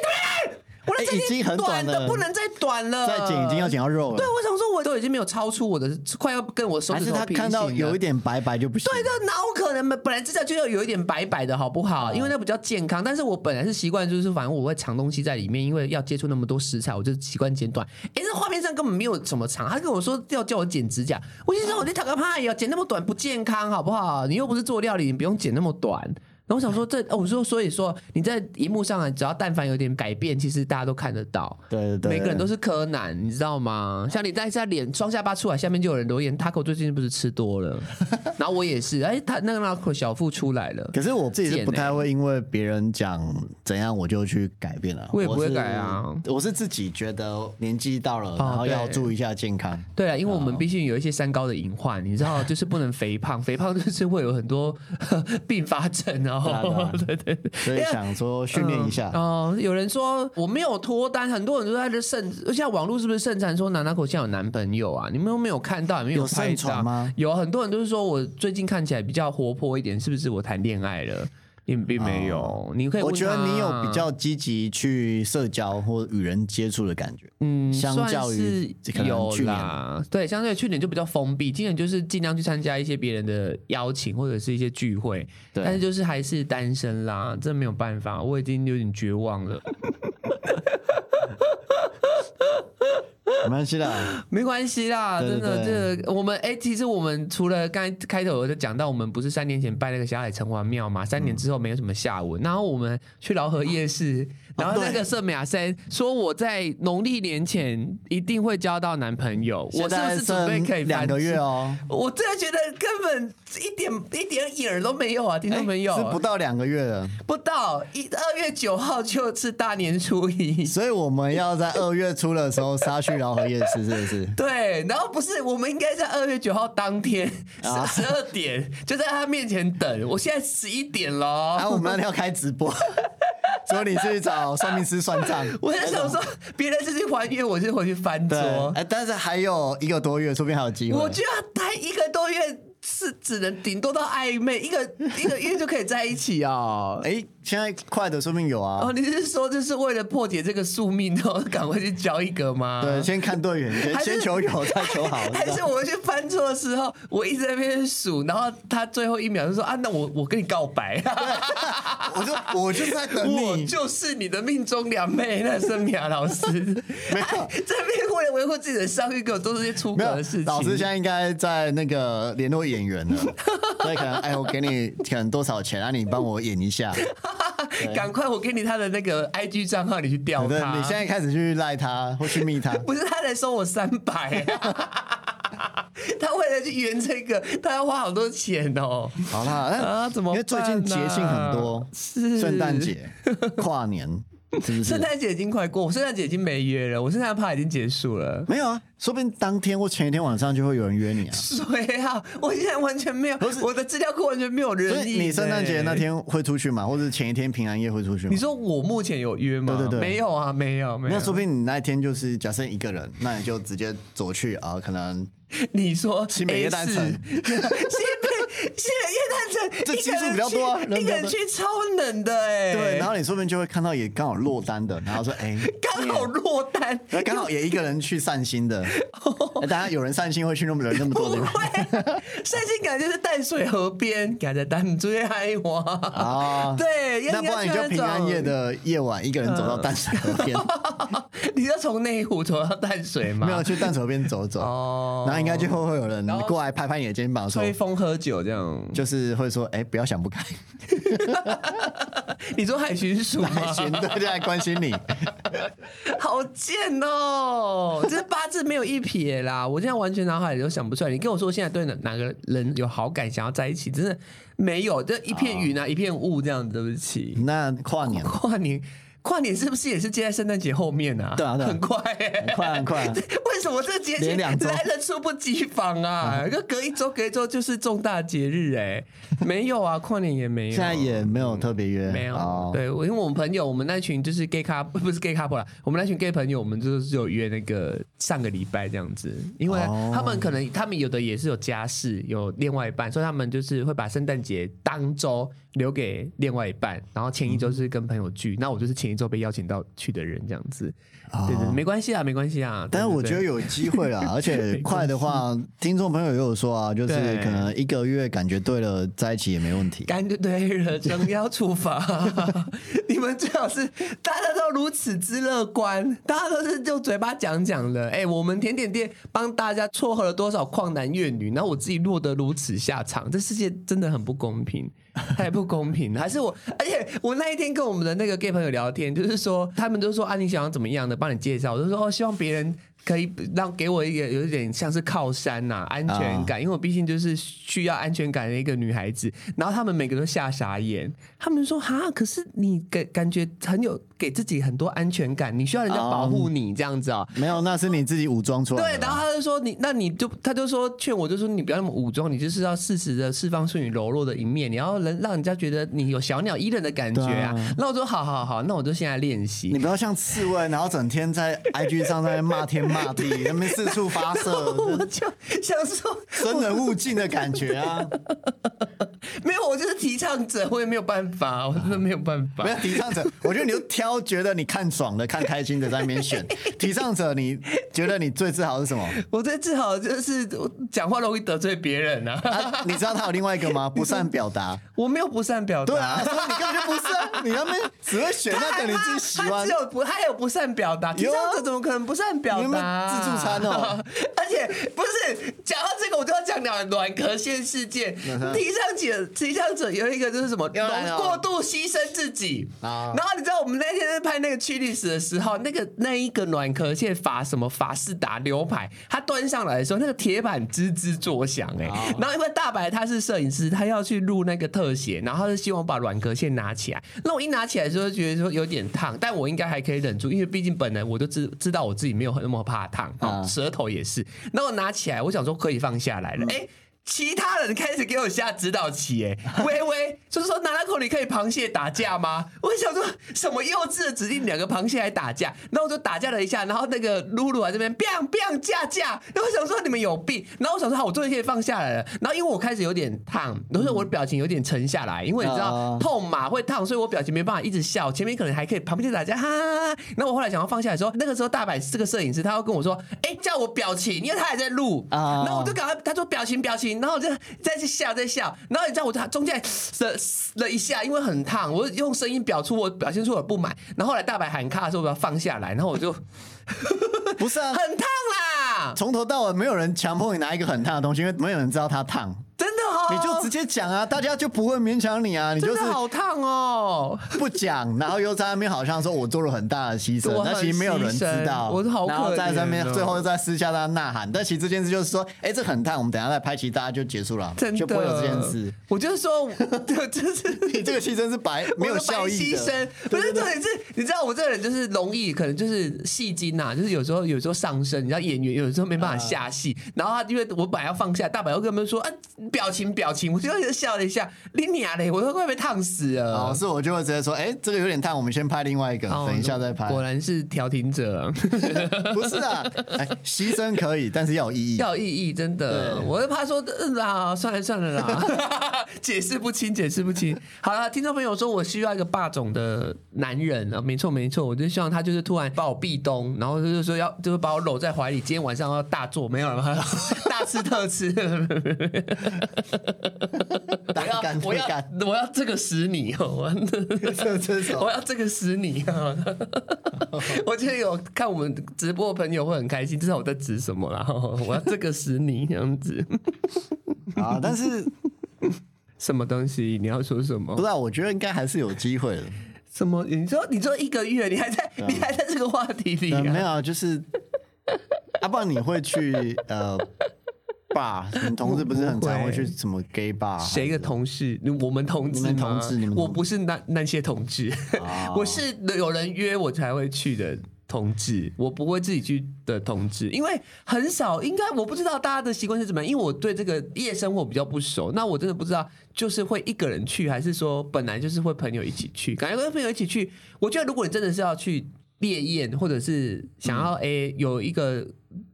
[SPEAKER 2] 甲剪短了，我的指甲
[SPEAKER 3] 诶已经很
[SPEAKER 2] 短
[SPEAKER 3] 短
[SPEAKER 2] 哎的哦
[SPEAKER 3] 了
[SPEAKER 2] 不能再短了，
[SPEAKER 3] 再剪已经要。剪到肉 了
[SPEAKER 2] 对，，我想说我都已经没有超出我的，快要跟我手
[SPEAKER 3] 还
[SPEAKER 2] 指
[SPEAKER 3] 是
[SPEAKER 2] 头
[SPEAKER 3] 他
[SPEAKER 2] 平
[SPEAKER 3] 看到
[SPEAKER 2] 行了
[SPEAKER 3] 有一点白白就不行，
[SPEAKER 2] 对的，哪有可能？本来指甲就要有一点白白的，好不
[SPEAKER 3] 哦
[SPEAKER 2] 好？因为那比较健康。但是我本来是习惯，就是反正我会藏东西在里面，因为要接触那么多食材，我就习惯剪短。哎，这画面上根本没有什么长，他跟我说要叫我剪指甲，我心说我在讨个怕呀，剪那么短不健康，好不好？你又不是做料理，你不用剪那么短。然后我想说这，哦我说所以说你在荧幕上啊，只要但凡有点改变，其实大家都看得到。
[SPEAKER 3] 对对对，
[SPEAKER 2] 每个人都是柯南，你知道吗？像你在下脸双下巴出来，下面就有人留言，Taco 最近不是吃多 了，然后我也是，哎，他那个 Taco 小腹出来了，
[SPEAKER 3] 可是我自己
[SPEAKER 2] 贱
[SPEAKER 3] 是不
[SPEAKER 2] 欸
[SPEAKER 3] 太会因为别人讲怎样我就去改变了，
[SPEAKER 2] 我也不会
[SPEAKER 3] 是
[SPEAKER 2] 改啊哦
[SPEAKER 3] 我是自己觉得年纪到了，然后要
[SPEAKER 2] 对
[SPEAKER 3] 注意一下健康。
[SPEAKER 2] 对啊，因为我们毕竟有一些三高的隐患，你知道，就是不能肥胖，肥胖就是会有很多 呵并发症哦
[SPEAKER 3] 啊对啊。
[SPEAKER 2] 对对对，
[SPEAKER 3] 所以想说训练一下，
[SPEAKER 2] 哦、有人说我没有脱单，很多人都在这盛，现在网络是不是盛传说娜娜口现在有男朋友啊？你们有没有看到？你们
[SPEAKER 3] 有
[SPEAKER 2] 拍
[SPEAKER 3] 盛
[SPEAKER 2] 到
[SPEAKER 3] 传吗？
[SPEAKER 2] 有很多人都是说我最近看起来比较活泼一点，是不是我谈恋爱了？并并没有，你可以
[SPEAKER 3] 哦我
[SPEAKER 2] 问
[SPEAKER 3] 觉得
[SPEAKER 2] 他
[SPEAKER 3] 你有比较积极去社交或与人接触的感觉。
[SPEAKER 2] 嗯，
[SPEAKER 3] 相较于
[SPEAKER 2] 算
[SPEAKER 3] 可
[SPEAKER 2] 是
[SPEAKER 3] 能
[SPEAKER 2] 有
[SPEAKER 3] 去 年
[SPEAKER 2] 啦，对，相对去年就比较封闭，今年就是尽量去参加一些别人的邀请或者是一些聚会，
[SPEAKER 3] 对
[SPEAKER 2] 但是就是还是单身啦，真没有办法，我已经有点绝望了。
[SPEAKER 3] 没关系的，
[SPEAKER 2] 没关系啦，
[SPEAKER 3] 对
[SPEAKER 2] 真
[SPEAKER 3] 对
[SPEAKER 2] 的，
[SPEAKER 3] 对
[SPEAKER 2] 这个我们哎、其实我们除了刚才开头有在讲到，我们不是三年前拜那个小海城隍庙嘛，三年
[SPEAKER 3] 嗯
[SPEAKER 2] 之后没有什么下文。然后我们去劳合夜市，
[SPEAKER 3] 哦
[SPEAKER 2] 然后那个圣美亚森说我在农历年前一定会交到男朋友，我是不
[SPEAKER 3] 现在
[SPEAKER 2] 是准备
[SPEAKER 3] 剩
[SPEAKER 2] 可以
[SPEAKER 3] 两个
[SPEAKER 2] 翻
[SPEAKER 3] 月
[SPEAKER 2] 车？
[SPEAKER 3] 哦，
[SPEAKER 2] 我真的觉得根本一点一点影儿都没有啊，听
[SPEAKER 3] 哎
[SPEAKER 2] 众朋友，
[SPEAKER 3] 是不到两个月了，
[SPEAKER 2] 不到一二月九号就是大年初一，
[SPEAKER 3] 所以我们要在二月初的时候杀去饶和夜市是 不是？
[SPEAKER 2] 对，然后不是，我们应该在二月九号当天
[SPEAKER 3] 啊
[SPEAKER 2] 十十二点就在他面前等。我现在十一点了哦，
[SPEAKER 3] 然啊后我们那天要开直播， 所以你去找算命师算账。
[SPEAKER 2] 我在想说，别人是去还愿，我是回去翻
[SPEAKER 3] 对，
[SPEAKER 2] 桌。
[SPEAKER 3] 哎，但是还有一个多月，说不定还有机会。
[SPEAKER 2] 我觉得待一个多月是只能顶多到暧昧，一个 一个月就可以在一起哦。
[SPEAKER 3] 哎，现在快的说不定有啊
[SPEAKER 2] 哦，。你是说这是为了破解这个宿命，然后赶快去交一个吗？
[SPEAKER 3] 对，先看队 员，先
[SPEAKER 2] 还是
[SPEAKER 3] 先求有，再求好。
[SPEAKER 2] 还
[SPEAKER 3] 这
[SPEAKER 2] 是
[SPEAKER 3] 样
[SPEAKER 2] 我去翻错的时候，我一直在那边数，然后他最后一秒就说啊，那我我跟你告白，
[SPEAKER 3] 我就我就是在等
[SPEAKER 2] 我
[SPEAKER 3] 你，
[SPEAKER 2] 就是你的命中良妹，那是米娅老师。
[SPEAKER 3] 没有
[SPEAKER 2] 哎这边为了维护自己的商誉，给我做这些出格
[SPEAKER 3] 没有
[SPEAKER 2] 的事情。
[SPEAKER 3] 老师现在应该在那个联络演员了，所以可能哎，我给你可能多少钱啊？你帮我演一下。
[SPEAKER 2] 赶快，我给你他的那个 IG 账号，你去调
[SPEAKER 3] 对，
[SPEAKER 2] 他。
[SPEAKER 3] 你现在开始去赖他或去密他，
[SPEAKER 2] 不是他来收我三百、啊 他为了去圆这个，他要花好多钱哦。
[SPEAKER 3] 好啦，那
[SPEAKER 2] 啊怎么
[SPEAKER 3] 因为最近节庆很多，
[SPEAKER 2] 办啊是
[SPEAKER 3] 圣诞节、跨年，是
[SPEAKER 2] 圣
[SPEAKER 3] 不是？
[SPEAKER 2] 诞节已经快过，我圣诞节已经没约了，我圣诞趴已经结束了。
[SPEAKER 3] 没有啊，说不定当天或前一天晚上就会有人约你 啊。
[SPEAKER 2] 谁啊！我现在完全没有，我的资料库完全没有人
[SPEAKER 3] 所以
[SPEAKER 2] 影
[SPEAKER 3] 你圣诞节
[SPEAKER 2] 欸
[SPEAKER 3] 那，天会出去吗？或者前一天平安夜会出去吗？
[SPEAKER 2] 你说我目前有约吗？
[SPEAKER 3] 对对对
[SPEAKER 2] 没有啊，没有没
[SPEAKER 3] 没
[SPEAKER 2] 有。
[SPEAKER 3] 有，说不定你那一天就是假设一个人，那你就直接走去啊，可能
[SPEAKER 2] 你说
[SPEAKER 3] 新北夜诞城
[SPEAKER 2] A4 新北新北夜诞城，
[SPEAKER 3] 这
[SPEAKER 2] 一个
[SPEAKER 3] 基数
[SPEAKER 2] 人
[SPEAKER 3] 比较
[SPEAKER 2] 去
[SPEAKER 3] 多啊人
[SPEAKER 2] 一
[SPEAKER 3] 比较
[SPEAKER 2] 个人
[SPEAKER 3] 多
[SPEAKER 2] 去超冷的哎、
[SPEAKER 3] 对，然后你说不定就会看到也刚好落单的，然后说哎，
[SPEAKER 2] 刚好落 单，
[SPEAKER 3] 那刚好也一个人去散心的，哎大家有人散心会去那么人那么
[SPEAKER 2] 不
[SPEAKER 3] 多 的地方
[SPEAKER 2] 会，善心感就是淡水河边，感觉淡水海哇。
[SPEAKER 3] 啊。
[SPEAKER 2] 对，应该
[SPEAKER 3] 那不然你就
[SPEAKER 2] 去
[SPEAKER 3] 平
[SPEAKER 2] 种
[SPEAKER 3] 安夜，的夜晚一个人走到淡水河边，
[SPEAKER 2] 嗯你要从内湖走到淡水吗？
[SPEAKER 3] 没有去淡水河边走走，
[SPEAKER 2] 哦
[SPEAKER 3] 然后应该就会有人过来拍拍你的肩膀说，
[SPEAKER 2] 吹风喝酒这样。
[SPEAKER 3] 就是会说哎不要想 不开，
[SPEAKER 2] 你说海巡 署吗？
[SPEAKER 3] 来寻大家来关心你。
[SPEAKER 2] 好贱哦！这八字没有一撇啦， 我现在完全脑海里都想不出来。你跟我说现在对哪哪个人有好感，想要在一起，真的没有，这一片云啊，一片雾这样子。对不起，
[SPEAKER 3] 那跨年
[SPEAKER 2] 跨年。跨年是不是也是接在圣诞节后面啊？
[SPEAKER 3] 对啊对啊
[SPEAKER 2] 很快、欸，
[SPEAKER 3] 很快很快
[SPEAKER 2] 为什么这个节
[SPEAKER 3] 连
[SPEAKER 2] 庆
[SPEAKER 3] 两周嗯
[SPEAKER 2] 来的猝不及防啊？就隔一周，隔一周就是重大节日哎、没有啊，跨年也没有，
[SPEAKER 3] 现在也没有特别约，
[SPEAKER 2] 没有，
[SPEAKER 3] 哦
[SPEAKER 2] 对我因为我们朋友，我们那群就是 gay couple，不是 gay couple 啦，我们那群 gay 朋友，我们就是有约那个上个礼拜这样子，因为
[SPEAKER 3] 哦
[SPEAKER 2] 他们可能他们有的也是有家室，有另外一半，所以他们就是会把圣诞节当周留给另外一半，然后前一周是跟朋友聚，那我就是前一周被邀请到去的人这样子，对对，没关系啊，没关系啊，
[SPEAKER 3] 哦但是
[SPEAKER 2] 对
[SPEAKER 3] 我
[SPEAKER 2] 对
[SPEAKER 3] 觉得
[SPEAKER 2] 对
[SPEAKER 3] 有机 会啦，而且快的话，听众朋友也有说啊，就是
[SPEAKER 2] 对
[SPEAKER 3] 可能一个月感觉对了，在一起也没问题。
[SPEAKER 2] 干就对了，诚邀处罚。你们最好是大家都如此之乐观，大家都是用嘴巴讲讲的。哎、我们甜点店帮大家撮合了多少旷男怨女，然后我自己落得如此下场，这世界真的很不公平，太不公平了。还是我，而且我那一天跟我们的那个 gay 朋友聊天，就是说他们都说啊，你想要怎么样的，帮你介绍。我就说哦，希望别人。可以让给我一个有一点像是靠山呐、安全感。
[SPEAKER 3] 啊
[SPEAKER 2] 感因为我毕竟就是需要安全感的一个女孩子。然后他们每个都吓傻眼，他们说：“哈，可是你感感觉很有给自己很多安全感，你需要人家保护你这样子啊、
[SPEAKER 3] 没有，那是你自己武装出来
[SPEAKER 2] 对，
[SPEAKER 3] 的
[SPEAKER 2] 然后
[SPEAKER 3] 啦。
[SPEAKER 2] 他就说你，那你就他就说劝我，就说你不要那么武装，你就是要适时的释放出你柔弱的一面，你要能让人家觉得你有小鸟依人的感觉啊
[SPEAKER 3] 对啊。
[SPEAKER 2] 那我说好好好，那我就现在练习
[SPEAKER 3] 你。不要像刺猬，然后整天在 IG 上在那边骂天骂地，那边四处 发
[SPEAKER 2] 我
[SPEAKER 3] 射，
[SPEAKER 2] 就想说，
[SPEAKER 3] 生人勿近的感觉 啊！
[SPEAKER 2] 没有，我就是提倡者，我也没有办法，我真的没有办法
[SPEAKER 3] 不。要提倡者，我觉得你就挑觉得你看爽的、看开心的在那边选。提倡者，你觉得你最自豪是什么？
[SPEAKER 2] 我最自豪的就是我讲话容易得罪别人啊，
[SPEAKER 3] 啊，你知道他有另外一个吗？不善表达。
[SPEAKER 2] 我没有不善表达。
[SPEAKER 3] 对啊，所以你根本就不是啊，你那边只会选那个你自己喜
[SPEAKER 2] 他
[SPEAKER 3] 欢
[SPEAKER 2] 只。有不，他有不善表达，提
[SPEAKER 3] 有啊
[SPEAKER 2] 倡者怎么可能不善表
[SPEAKER 3] 你有没有
[SPEAKER 2] 达？
[SPEAKER 3] 自助餐哦，
[SPEAKER 2] 而且不是讲到这个，我就要讲两卵壳线事件。
[SPEAKER 3] 嗯哼
[SPEAKER 2] 提倡者提倡者有一个就是什么，
[SPEAKER 3] 又来了
[SPEAKER 2] 过度牺牲自己。
[SPEAKER 3] 啊
[SPEAKER 2] 然后你知道我们那天在拍那个曲丽史的时候，那个那一个卵壳线法什么法式达牛排，它端上来的时候，那个铁板吱吱作响哎、然后因为大白他是摄影师，他要去录那个特写，然后他就希望把软壳线拿起来。那我一拿起来的时候，觉得说有点烫，但我应该还可以忍住，因为毕竟本来我就知知道我自己没有那么怕烫，哦
[SPEAKER 3] 啊
[SPEAKER 2] 舌头也是。那我拿起来，我想说可以放下来了，哎、其他人开始给我下指导棋、哎，微微就是说，拿拉口里可以螃蟹打架吗？我想说，什么幼稚的指令，两个螃蟹来打架，然后我就打架了一下，然后那个露露啊这边 biang biang 架架，然后我想说你们有病，然后我想说好，我终于可以放下来了，然后因为我开始有点烫，然后我的表情有点沉下来，因为你知道
[SPEAKER 3] 啊
[SPEAKER 2] 痛嘛会烫，所以我表情没办法一直笑，前面可能还可以，旁边就打架哈哈哈。然后我后来想要放下来的时候，那个时候大阪这个摄影师他要跟我说，哎、叫我表情，因为他还在录
[SPEAKER 3] 啊
[SPEAKER 2] 然后我就赶快他说表情表情，然后我就再去笑再笑，然后你知道我就中间还了了一下，因为很烫，我用声音表出我表现出我的不满，然后后来大白喊卡的时候我把它放下来，然后我就
[SPEAKER 3] 不是啊，
[SPEAKER 2] 很烫啦，
[SPEAKER 3] 从头到尾没有人强迫你拿一个很烫的东西，因为没有人知道它烫，
[SPEAKER 2] 真的哦，
[SPEAKER 3] 你就直接讲啊，大家就不会勉强你啊，你
[SPEAKER 2] 真
[SPEAKER 3] 就是
[SPEAKER 2] 的好烫哦。
[SPEAKER 3] 不 讲，然后又在那边好像说我做了很大的牺牲
[SPEAKER 2] 对我，
[SPEAKER 3] 那
[SPEAKER 2] 很
[SPEAKER 3] 其实没有人知道，
[SPEAKER 2] 牺牲我都好可怜哦
[SPEAKER 3] 然后在那边最后在私下在呐喊，但其实这件事就是说，哎，这很烫，我们等一下再拍，其实大家就结束了，
[SPEAKER 2] 真的
[SPEAKER 3] 就不会有这件事。，
[SPEAKER 2] 我 就是说，对，就是
[SPEAKER 3] 你这个牺牲是白没有
[SPEAKER 2] 我的白
[SPEAKER 3] 效益
[SPEAKER 2] 牺
[SPEAKER 3] 的，
[SPEAKER 2] 牲不是重点是，你知道我这个人就是容易，可能就是戏精呐、就是有时候有时候上身，你知道演员有时候没办法下戏，然后他因为我本来要放下，大白又跟他们说啊表情表情，我就笑了一下，你娘嘞，我都快被烫死
[SPEAKER 3] 哦，
[SPEAKER 2] 了。
[SPEAKER 3] 是我就会直接说，哎，这个有点烫，我们先拍另外一个，
[SPEAKER 2] 哦
[SPEAKER 3] 等一下再拍。
[SPEAKER 2] 果然是调停者，
[SPEAKER 3] 不是啊，哎，牺牲可以，但是要有意义。
[SPEAKER 2] 要有意义真的，
[SPEAKER 3] 对
[SPEAKER 2] 我就怕说，嗯啊，算了算了啦， 解释不清，解释不清。好了，听众朋友说，我需要一个霸总的男人啊，没错没错，我就希望他就是突然把我壁咚，然后就是说要就是把我搂在怀里，今天晚上要大做，没有 了吗？大吃特吃，
[SPEAKER 3] 大
[SPEAKER 2] 我要
[SPEAKER 3] 干
[SPEAKER 2] 我
[SPEAKER 3] 特
[SPEAKER 2] 要
[SPEAKER 3] 干，
[SPEAKER 2] 我要这个死你哦， 我
[SPEAKER 3] 这这是什
[SPEAKER 2] 我
[SPEAKER 3] 么？
[SPEAKER 2] 要这个死你啊！ 我觉得有看我们直播的朋友会很开心，知道我在指什么啦。哦我要这个死你这样子。
[SPEAKER 3] 啊，但是
[SPEAKER 2] 什么东西？你要说什
[SPEAKER 3] 不知
[SPEAKER 2] 么？
[SPEAKER 3] 道，我觉得应该还是有机 会的。
[SPEAKER 2] 什么？你说你说一个月，你还在、
[SPEAKER 3] 啊
[SPEAKER 2] 你还在这个话题里、啊
[SPEAKER 3] 呃没有啊，就是，啊，不然你会去呃 bar？你们同事不是很常会去什么 gay bar？
[SPEAKER 2] 谁的同事？你我们同志吗
[SPEAKER 3] 你们同志你们同
[SPEAKER 2] 我不是那那些同志，
[SPEAKER 3] 哦
[SPEAKER 2] 我是有人约我才会去的同志，我不会自己去的同志，因为很少，应该我不知道大家的习惯是怎么样，因为我对这个夜生活比较不熟，那我真的不知道，就是会一个人去，还是说本来就是会朋友一起去，感觉跟朋友一起去，我觉得如果你真的是要去。烈焰，或者是想要诶、有一个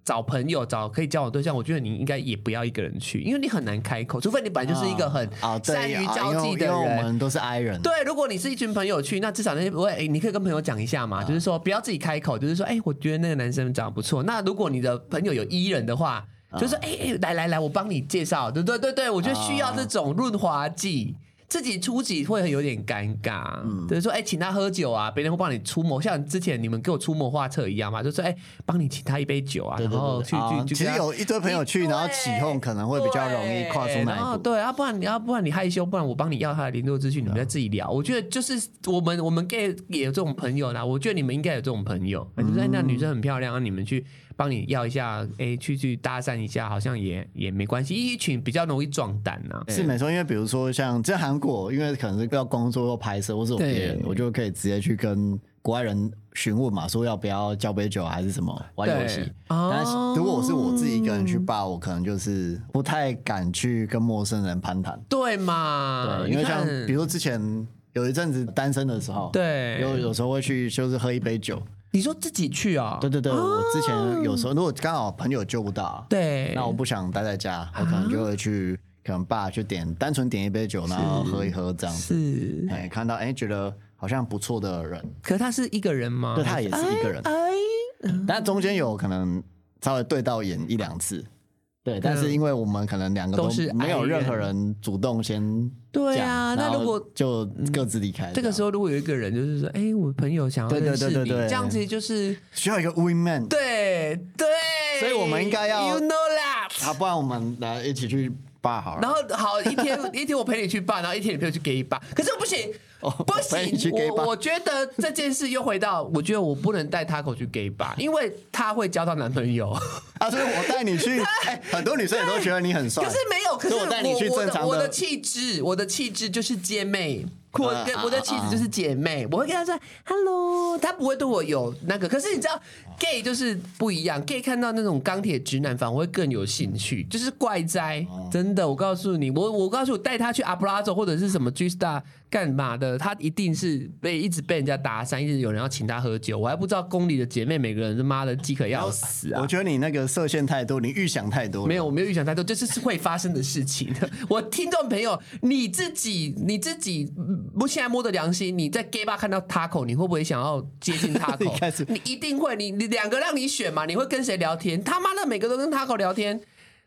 [SPEAKER 2] 找朋友找可以交往对象，我觉得你应该也不要一个人去，因为你很难开口，除非你本来就是一个很
[SPEAKER 3] 啊，对
[SPEAKER 2] 善于
[SPEAKER 3] 啊
[SPEAKER 2] 交际
[SPEAKER 3] 因为
[SPEAKER 2] 的
[SPEAKER 3] 因为我
[SPEAKER 2] 人。
[SPEAKER 3] 们都是 I 人，
[SPEAKER 2] 对，如果你是一群朋友去，那至少那些我哎、你可以跟朋友讲一下
[SPEAKER 3] 啊
[SPEAKER 2] 嘛，就是说不要自己开口，就是说哎、我觉得那个男生长得不错。那如果你的朋友有伊人的话，
[SPEAKER 3] 啊
[SPEAKER 2] 就是说哎哎、来来来，我帮你介绍，对对对对，我觉得需要这种润滑剂。
[SPEAKER 3] 啊
[SPEAKER 2] 自己出己会有点尴尬，
[SPEAKER 3] 嗯
[SPEAKER 2] 就是说，哎、请他喝酒啊，别人会帮你出谋，像之前你们给我出谋划策一样嘛，就说，哎、帮你请他一杯酒啊，
[SPEAKER 3] 对对
[SPEAKER 2] 然后
[SPEAKER 3] 对
[SPEAKER 2] 去
[SPEAKER 3] 对啊
[SPEAKER 2] 去去
[SPEAKER 3] 其
[SPEAKER 2] 跟
[SPEAKER 3] 实
[SPEAKER 2] 他
[SPEAKER 3] 有一堆朋友去，然后起哄可能会比较容易跨出
[SPEAKER 2] 对
[SPEAKER 3] 那
[SPEAKER 2] 哎然后
[SPEAKER 3] 一步。
[SPEAKER 2] 对，要、不然你要啊不然你害羞，不然我帮你要他的联络资讯，你们
[SPEAKER 3] 啊
[SPEAKER 2] 再自己聊。我觉得就是我们我们 gay 也有这种朋友啦，我觉得你们应该有这种朋友，就是哎那女生很漂亮，让你们去帮你要一下，哎，去去搭讪一下，好像也也没关系。一群比较容易壮胆啊呐、
[SPEAKER 3] 是没错，因为比如说像在韩国，因为可能是要工作或拍摄或是有别人
[SPEAKER 2] 对，
[SPEAKER 3] 我就可以直接去跟国外人询问嘛，说要不要交杯酒还是什么玩游戏
[SPEAKER 2] 对。
[SPEAKER 3] 但是
[SPEAKER 2] 哦
[SPEAKER 3] 如果我是我自己一个人去吧，我可能就是不太敢去跟陌生人攀谈。
[SPEAKER 2] 对嘛？
[SPEAKER 3] 对，因为
[SPEAKER 2] 嗯你
[SPEAKER 3] 像
[SPEAKER 2] 看
[SPEAKER 3] 比如说之前有一阵子单身的时候，，有
[SPEAKER 2] 对，
[SPEAKER 3] 有时候会去就是喝一杯酒。
[SPEAKER 2] 你说自己去啊、
[SPEAKER 3] 对对对，我之前有时候如果刚好朋友救不到，
[SPEAKER 2] 对，
[SPEAKER 3] 那我不想待在家，我可能就会去可能爸去点单纯点一杯酒，然后喝一喝这样子。
[SPEAKER 2] 是，
[SPEAKER 3] 哎，看到哎觉得好像不错的人，
[SPEAKER 2] 可他是一个人吗？
[SPEAKER 3] 对他也是一个人，
[SPEAKER 2] 哎，
[SPEAKER 3] 但中间有可能稍微对到眼一两次。对，但是因为我们可能两个
[SPEAKER 2] 嗯都
[SPEAKER 3] 都
[SPEAKER 2] 是
[SPEAKER 3] 没有
[SPEAKER 2] I 人
[SPEAKER 3] 任何人主动先
[SPEAKER 2] 对
[SPEAKER 3] 讲
[SPEAKER 2] 啊那
[SPEAKER 3] 然后
[SPEAKER 2] 如果嗯
[SPEAKER 3] 就各自离开样，
[SPEAKER 2] 这个时候如果有一个人就是说，哎、我朋友想要
[SPEAKER 3] 对对
[SPEAKER 2] 认识你，
[SPEAKER 3] 对对对
[SPEAKER 2] 这样子就是
[SPEAKER 3] 需要一个 win man，
[SPEAKER 2] 对对，
[SPEAKER 3] 所以我们应该要
[SPEAKER 2] you know that。
[SPEAKER 3] 好，不然我们来一起去吧好了。
[SPEAKER 2] 然后好一天一天我陪你去吧，然后一天你陪我去 gay 吧，可是不行，不
[SPEAKER 3] 哦陪你
[SPEAKER 2] 行
[SPEAKER 3] 去，gay
[SPEAKER 2] 我
[SPEAKER 3] bar
[SPEAKER 2] 我觉得这件事又回到，我觉得我不能带 Taco 去 gay 吧，因为他会交到男朋友。
[SPEAKER 3] 啊，所以我带你去，哎、很多女生也都觉得你很帅
[SPEAKER 2] 可。是没有，可是
[SPEAKER 3] 所以我带你去
[SPEAKER 2] 我
[SPEAKER 3] 正
[SPEAKER 2] 的
[SPEAKER 3] 常的
[SPEAKER 2] 我的气质，我的气质就是姐妹。我
[SPEAKER 3] 啊
[SPEAKER 2] 跟我的气质就是姐妹，我会跟她说 “hello”，她不会对我有那个。可是你知道，gay 就是不一样，gay 看到那种钢铁直男，反而会更有兴趣，就是怪哉。
[SPEAKER 3] 哦
[SPEAKER 2] 真的，我告诉你，我我告诉我，带他去阿布拉佐或者是什么 G Star 干嘛的，他一定是被一直被人家搭讪，一直有人要请他喝酒。我还不知道宫里的姐妹每个人他妈的饥渴要死啊！
[SPEAKER 3] 我觉得你那个设限太多，你预想太多了。
[SPEAKER 2] 没有，我没有预想太多，这是是会发生的事情。 我听众朋友，你自己你自己，嗯不现在摸着良心，你在 gay bar 看到 taco，你会不会想要接近 taco？
[SPEAKER 3] 一开始
[SPEAKER 2] 你一定会，你你两个让你选嘛，你会跟谁聊天？他妈的，每个都跟 taco 聊天。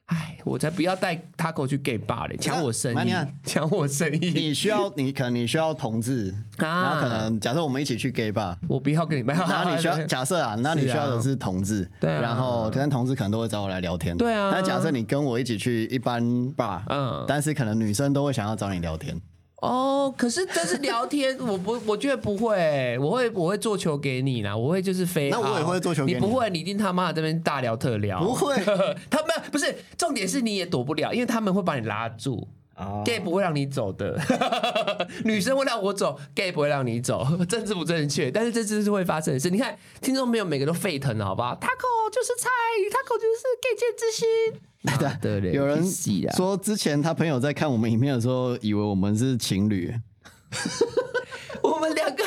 [SPEAKER 2] 哎，我才不要带 taco 去 gay bar 嘞，抢我生
[SPEAKER 3] 那
[SPEAKER 2] 意
[SPEAKER 3] 你看，
[SPEAKER 2] 抢我生意，
[SPEAKER 3] 你需要你可能你需要同志，
[SPEAKER 2] 啊
[SPEAKER 3] 然后可能假设我们一起去 gay 吧，
[SPEAKER 2] 我不要跟你买。
[SPEAKER 3] 然后你需要假设啊，那你需要的是同志，
[SPEAKER 2] 对啊
[SPEAKER 3] 然后但同志可能都会找我来聊天，
[SPEAKER 2] 对啊
[SPEAKER 3] 但假设你跟我一起去一般 bar，
[SPEAKER 2] 嗯
[SPEAKER 3] 嗯，但是可能女生都会想要找你聊天，
[SPEAKER 2] 哦，可是这是聊天， 我不，我觉得不会，我会我会做球给你啦，我会就是飞
[SPEAKER 3] 那
[SPEAKER 2] 好。
[SPEAKER 3] 我也会做球给
[SPEAKER 2] 你
[SPEAKER 3] 你啊
[SPEAKER 2] 不会，你一定他妈的这边大聊特聊，
[SPEAKER 3] 不会
[SPEAKER 2] 他们不是重点是你也躲不了，因为他们会把你拉住。
[SPEAKER 3] 哦
[SPEAKER 2] gay 不会让你走的， 女生会让我走，gay 不会让你走，政治不正确，但是这就是会发生的事。你看，听众朋友每个都沸腾了，好不好？Taco 就是菜，Taco 就是 gay 界之心。啊 妈的嘞
[SPEAKER 3] 有人
[SPEAKER 2] 去死啊
[SPEAKER 3] 说之前他朋友在看我们影片的时候，以为我们是情侣，
[SPEAKER 2] 我们两个，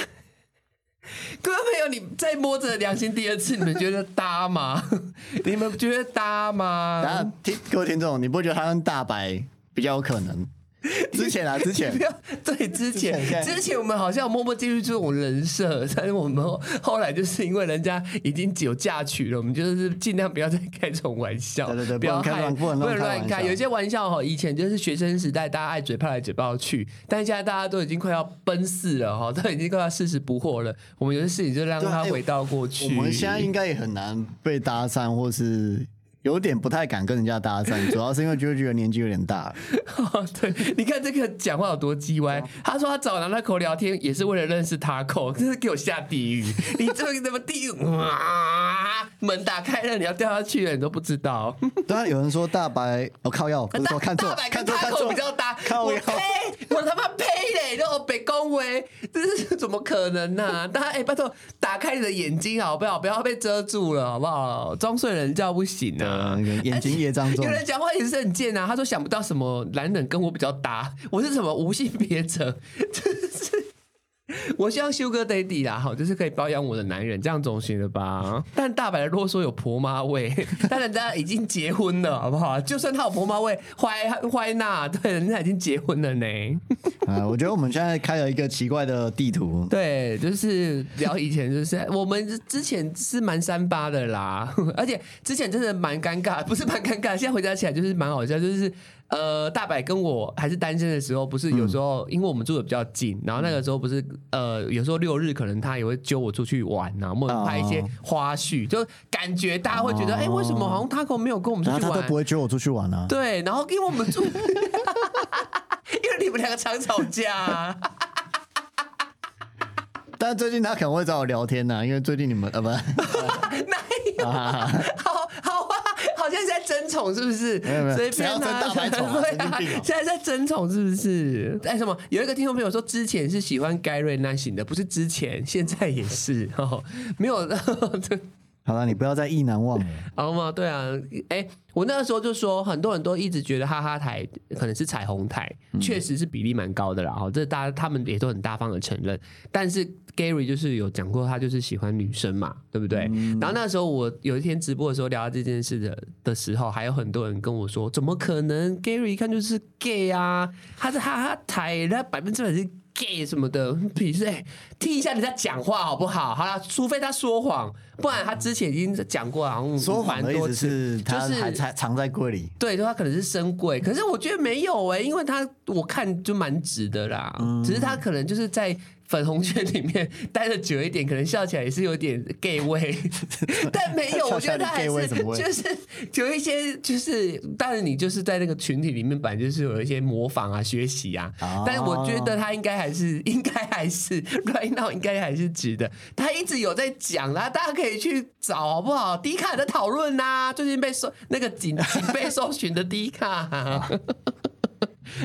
[SPEAKER 2] 各位朋友，你再摸着良心第二次，你们觉得搭 吗？你们觉得搭
[SPEAKER 3] 然
[SPEAKER 2] 吗？
[SPEAKER 3] 后听各位听众，你不觉得他跟大白比较有可能？之前啊，之 前
[SPEAKER 2] 不要对之前
[SPEAKER 3] 之前
[SPEAKER 2] 之前我们好像默默进入这种人设，但是我们后后来就是因为人家已经有嫁娶了，我们就是尽量不要再开这种玩笑，
[SPEAKER 3] 对对对
[SPEAKER 2] 不要
[SPEAKER 3] 不能
[SPEAKER 2] 害
[SPEAKER 3] 开乱不能乱开
[SPEAKER 2] 乱
[SPEAKER 3] 玩
[SPEAKER 2] 开。
[SPEAKER 3] 笑
[SPEAKER 2] 有些玩笑哈，以前就是学生时代大家爱嘴炮来嘴炮去，但现在大家都已经快要奔四了哈，都已经快要四十不惑了，我们有些事情就让
[SPEAKER 3] 对啊
[SPEAKER 2] 它
[SPEAKER 3] 哎
[SPEAKER 2] 回到过去。
[SPEAKER 3] 我们现在应该也很难被搭讪，或是有点不太敢跟人家搭讪，主要是因为就会觉得年纪有点 大了。
[SPEAKER 2] 哦对，你看这个讲话有多鸡
[SPEAKER 3] 哦
[SPEAKER 2] 歪。他说他找男的口聊天也是为了认识他口， 真是给我下地 狱！你这个怎么地狱？哇门打开了，你要掉下去了，你都不知道。
[SPEAKER 3] 对啊，有人说大白，我、哦、靠药，不是说看错
[SPEAKER 2] 大，白
[SPEAKER 3] 看
[SPEAKER 2] 跟
[SPEAKER 3] 错，
[SPEAKER 2] 他
[SPEAKER 3] 看
[SPEAKER 2] 口
[SPEAKER 3] 错
[SPEAKER 2] 比，较搭。
[SPEAKER 3] 看
[SPEAKER 2] 我
[SPEAKER 3] 我腰
[SPEAKER 2] 呸！我他妈呸嘞！那我北恭维，这是怎么可能呢、大家哎、拜托，打开你的眼睛好不好？不要被遮住了，好不好？装睡人觉不行啊！
[SPEAKER 3] 嗯眼睛业障重
[SPEAKER 2] 有。人讲话也是很贱啊，他说想不到什么男人跟我比较搭， 我是什么无性别者， 就是。我希望修哥 daddy 啦，好，就是可以包养我的男人，这样总行了吧？但大白的啰嗦有婆妈味， 但人家已经结婚了，好不好？就算他有婆妈味，坏坏那，对，人家已经结婚了呢。
[SPEAKER 3] 啊，我觉得我们现在开了一个奇怪的地图，
[SPEAKER 2] 对，就是聊以前，就是我们之前是蛮三八的啦，而且之前真的蛮尴尬，不是蛮尴尬，现在回想起来就是蛮好笑，就是呃，大白跟我还是单身的时候，不是
[SPEAKER 3] 嗯
[SPEAKER 2] 有时候、因为我们住的比较近，然后那个时候不是呃，有时候六日可能他也会揪我出去玩呐、啊，我们拍一些
[SPEAKER 3] 哦
[SPEAKER 2] 花絮，就感觉大家会觉得，
[SPEAKER 3] 哦
[SPEAKER 2] 哎、为什么好像 Taco 没有跟我们出
[SPEAKER 3] 然后
[SPEAKER 2] 去
[SPEAKER 3] 他都
[SPEAKER 2] 玩
[SPEAKER 3] 不？会揪我出去玩啊。
[SPEAKER 2] 对，然后因为我们住， 因为你们两个常吵架、啊。
[SPEAKER 3] 但最近他可能会找我聊天呐、因为最近你们 呃不，
[SPEAKER 2] 没有， 好好啊，好像是在争宠是不是？
[SPEAKER 3] 没有没有
[SPEAKER 2] 随
[SPEAKER 3] 谁
[SPEAKER 2] 便
[SPEAKER 3] 要争
[SPEAKER 2] 啊，
[SPEAKER 3] 大白宠 啊
[SPEAKER 2] 对
[SPEAKER 3] 神经病
[SPEAKER 2] 啊
[SPEAKER 3] 哦，
[SPEAKER 2] 现在在争宠是不是？哎，什么？有一个听众朋友说，之前是喜欢盖瑞那型的，不是之前，现在也是哦，没有。 对
[SPEAKER 3] 好了，你不要再意难 忘了。
[SPEAKER 2] 好嘛，对啊，哎、我那个时候就说，很多人都一直觉得哈哈台可能是彩虹台，确实是比例蛮高的啦。哦哈，这大家他们也都很大方的承认。但是 Gary 就是有讲过，他就是喜欢女生嘛，对不对？然后那时候我有一天直播的时候聊到这件事的的时候，还有很多人跟我说，怎么可能？Gary 一看就是 gay 啊，他是哈哈台，他百分之百是 gay 什么的，鄙视哎，听一下人家讲话好不好？好啦，除非他说谎，不然他之前已经讲过，好像
[SPEAKER 3] 说谎的
[SPEAKER 2] 蛮
[SPEAKER 3] 意
[SPEAKER 2] 多
[SPEAKER 3] 思是
[SPEAKER 2] 次
[SPEAKER 3] 他
[SPEAKER 2] 就是
[SPEAKER 3] 还藏藏在柜里。
[SPEAKER 2] 对，就他可能是深贵，欸
[SPEAKER 3] 嗯
[SPEAKER 2] 可是我觉得没有哎、因为他我看就蛮直的啦，只是他可能就是在粉红圈里面待的久一点，可能笑起来也是有点 gay 味，但没有，我觉得他还
[SPEAKER 3] 笑起来 gay 味
[SPEAKER 2] 是
[SPEAKER 3] 怎么会
[SPEAKER 2] 就是有一些就是，但是你就是在那个群体里面，本来就是有一些模仿啊、学习啊，
[SPEAKER 3] 哦
[SPEAKER 2] 但是我觉得他应该还是应该还是 right now 应该还是值的，他一直有在讲啦，大家可以去找好不好？迪卡在讨论呐，最近被搜那个警警被搜寻的迪卡、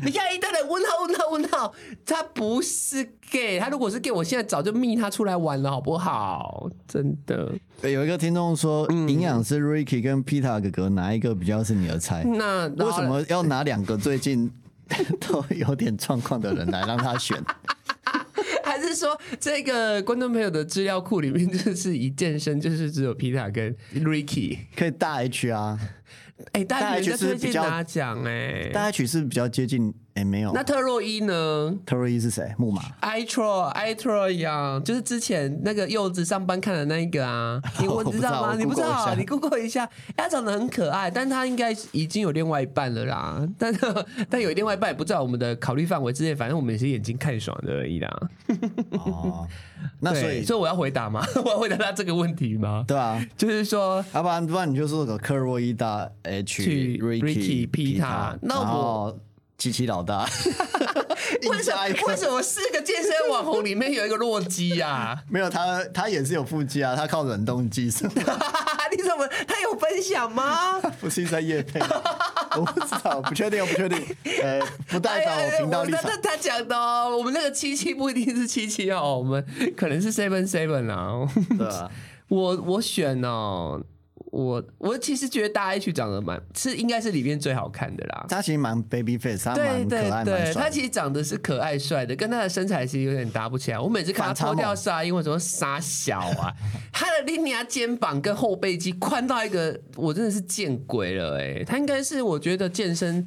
[SPEAKER 2] 你看一堆人问号问号问号，他不是 gay，他如果是 gay，我现在早就密他出来玩了，好不好？真的，
[SPEAKER 3] 有一个听众说，
[SPEAKER 2] 嗯
[SPEAKER 3] 营养师 Ricky 跟 Pita 哥哥哪一个比较是你的菜？
[SPEAKER 2] 那
[SPEAKER 3] 为什么要拿两个最近 都有点状况的人来让他 选？
[SPEAKER 2] 还是说这个观众朋友的资料库里面就是一健身就是只有皮塔跟 Ricky？
[SPEAKER 3] 可以大 H 啊，
[SPEAKER 2] 哎、大家
[SPEAKER 3] 大家
[SPEAKER 2] 有在
[SPEAKER 3] 就是
[SPEAKER 2] 推荐
[SPEAKER 3] 比较
[SPEAKER 2] 拿奖哎、
[SPEAKER 3] 大 H 是比较接近，哎、没有。
[SPEAKER 2] 那特洛伊呢
[SPEAKER 3] t o r y 是谁？ 木马。
[SPEAKER 2] i t r o i t r o 一样，就是之前那个柚子上班看的那一个 啊，你
[SPEAKER 3] 我
[SPEAKER 2] 我知道吗？
[SPEAKER 3] 不知道我
[SPEAKER 2] 你不知
[SPEAKER 3] Google 一
[SPEAKER 2] 道，
[SPEAKER 3] 下
[SPEAKER 2] 你 Google 一下，哎他长得很可爱，但他应该已经有另外一半了啦。但但有另外一半也不在我们的考虑范围之内，反正我们也是眼睛看爽的而已啦。
[SPEAKER 3] 哦，那
[SPEAKER 2] 对
[SPEAKER 3] 所以
[SPEAKER 2] 所以我要回答吗？ 我要回答他这个问题吗？
[SPEAKER 3] 对啊，
[SPEAKER 2] 就是说，
[SPEAKER 3] 要不然不然你就说个克洛伊大 H
[SPEAKER 2] 去 Ricky
[SPEAKER 3] Ricky
[SPEAKER 2] Pita 那我
[SPEAKER 3] 然后七七老大，
[SPEAKER 2] 为什
[SPEAKER 3] 硬加一
[SPEAKER 2] 么
[SPEAKER 3] 个
[SPEAKER 2] 为什么四个健身网红里面有一个洛基呀、啊？
[SPEAKER 3] 没有他他也是有腹肌啊，他靠冷冻技术，
[SPEAKER 2] 你怎么他有分享 吗？
[SPEAKER 3] 不是在夜配， 我不知道，我不确定，我不确定，呃，不代表
[SPEAKER 2] 哎
[SPEAKER 3] 我频道立
[SPEAKER 2] 他
[SPEAKER 3] 场。
[SPEAKER 2] 他他讲的哦，我们那个七七不一定是七七哦，我们可能是 seven seven 啦。
[SPEAKER 3] 对啊，
[SPEAKER 2] 我我选哦，我我其实觉得大 H 长得蛮是应该是里面最好看的啦。
[SPEAKER 3] 他其实蛮 baby face，他
[SPEAKER 2] 对
[SPEAKER 3] 蛮可
[SPEAKER 2] 对
[SPEAKER 3] 爱，蛮
[SPEAKER 2] 对，他
[SPEAKER 3] 帅的。
[SPEAKER 2] 其实长得是可爱帅的，跟他的身材其实有点搭不起来。我每次看他
[SPEAKER 3] 反差
[SPEAKER 2] 脱
[SPEAKER 3] 萌
[SPEAKER 2] 掉纱，因为说沙小 啊，他的莉尼亚肩膀跟后背肌宽到一个，我真的是见鬼了哎、他应该是我觉得健身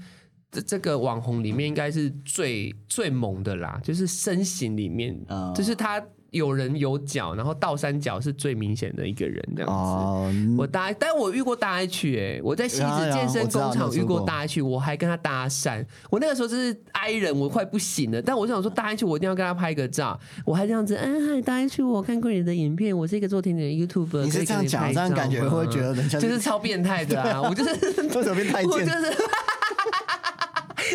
[SPEAKER 2] 这这个网红里面应该是最最猛的啦，就是身形里面，
[SPEAKER 3] 哦
[SPEAKER 2] 就是他有人有角，然后倒三角是最明显的一个人这样子。
[SPEAKER 3] 哦，
[SPEAKER 2] 我搭，但我遇过大 H 哎、我在西
[SPEAKER 3] 有啊
[SPEAKER 2] 子
[SPEAKER 3] 有啊
[SPEAKER 2] 健身
[SPEAKER 3] 我知道
[SPEAKER 2] 工
[SPEAKER 3] 你有
[SPEAKER 2] 厂遇
[SPEAKER 3] 说
[SPEAKER 2] 过
[SPEAKER 3] 过
[SPEAKER 2] 大 H，我还跟他搭讪。我那个时候真是 I 人，我快不行了。但我想说大 H，我一定要跟他拍个照。我还这样子，嗯，嗨，大 H，我看过你的影片，我是一个做甜点的 YouTube。
[SPEAKER 3] 你是这样讲这样感觉会不会觉得人家
[SPEAKER 2] 就是是超变态 的啊？我就是
[SPEAKER 3] 为什么变太
[SPEAKER 2] 我就
[SPEAKER 3] 监？
[SPEAKER 2] 是。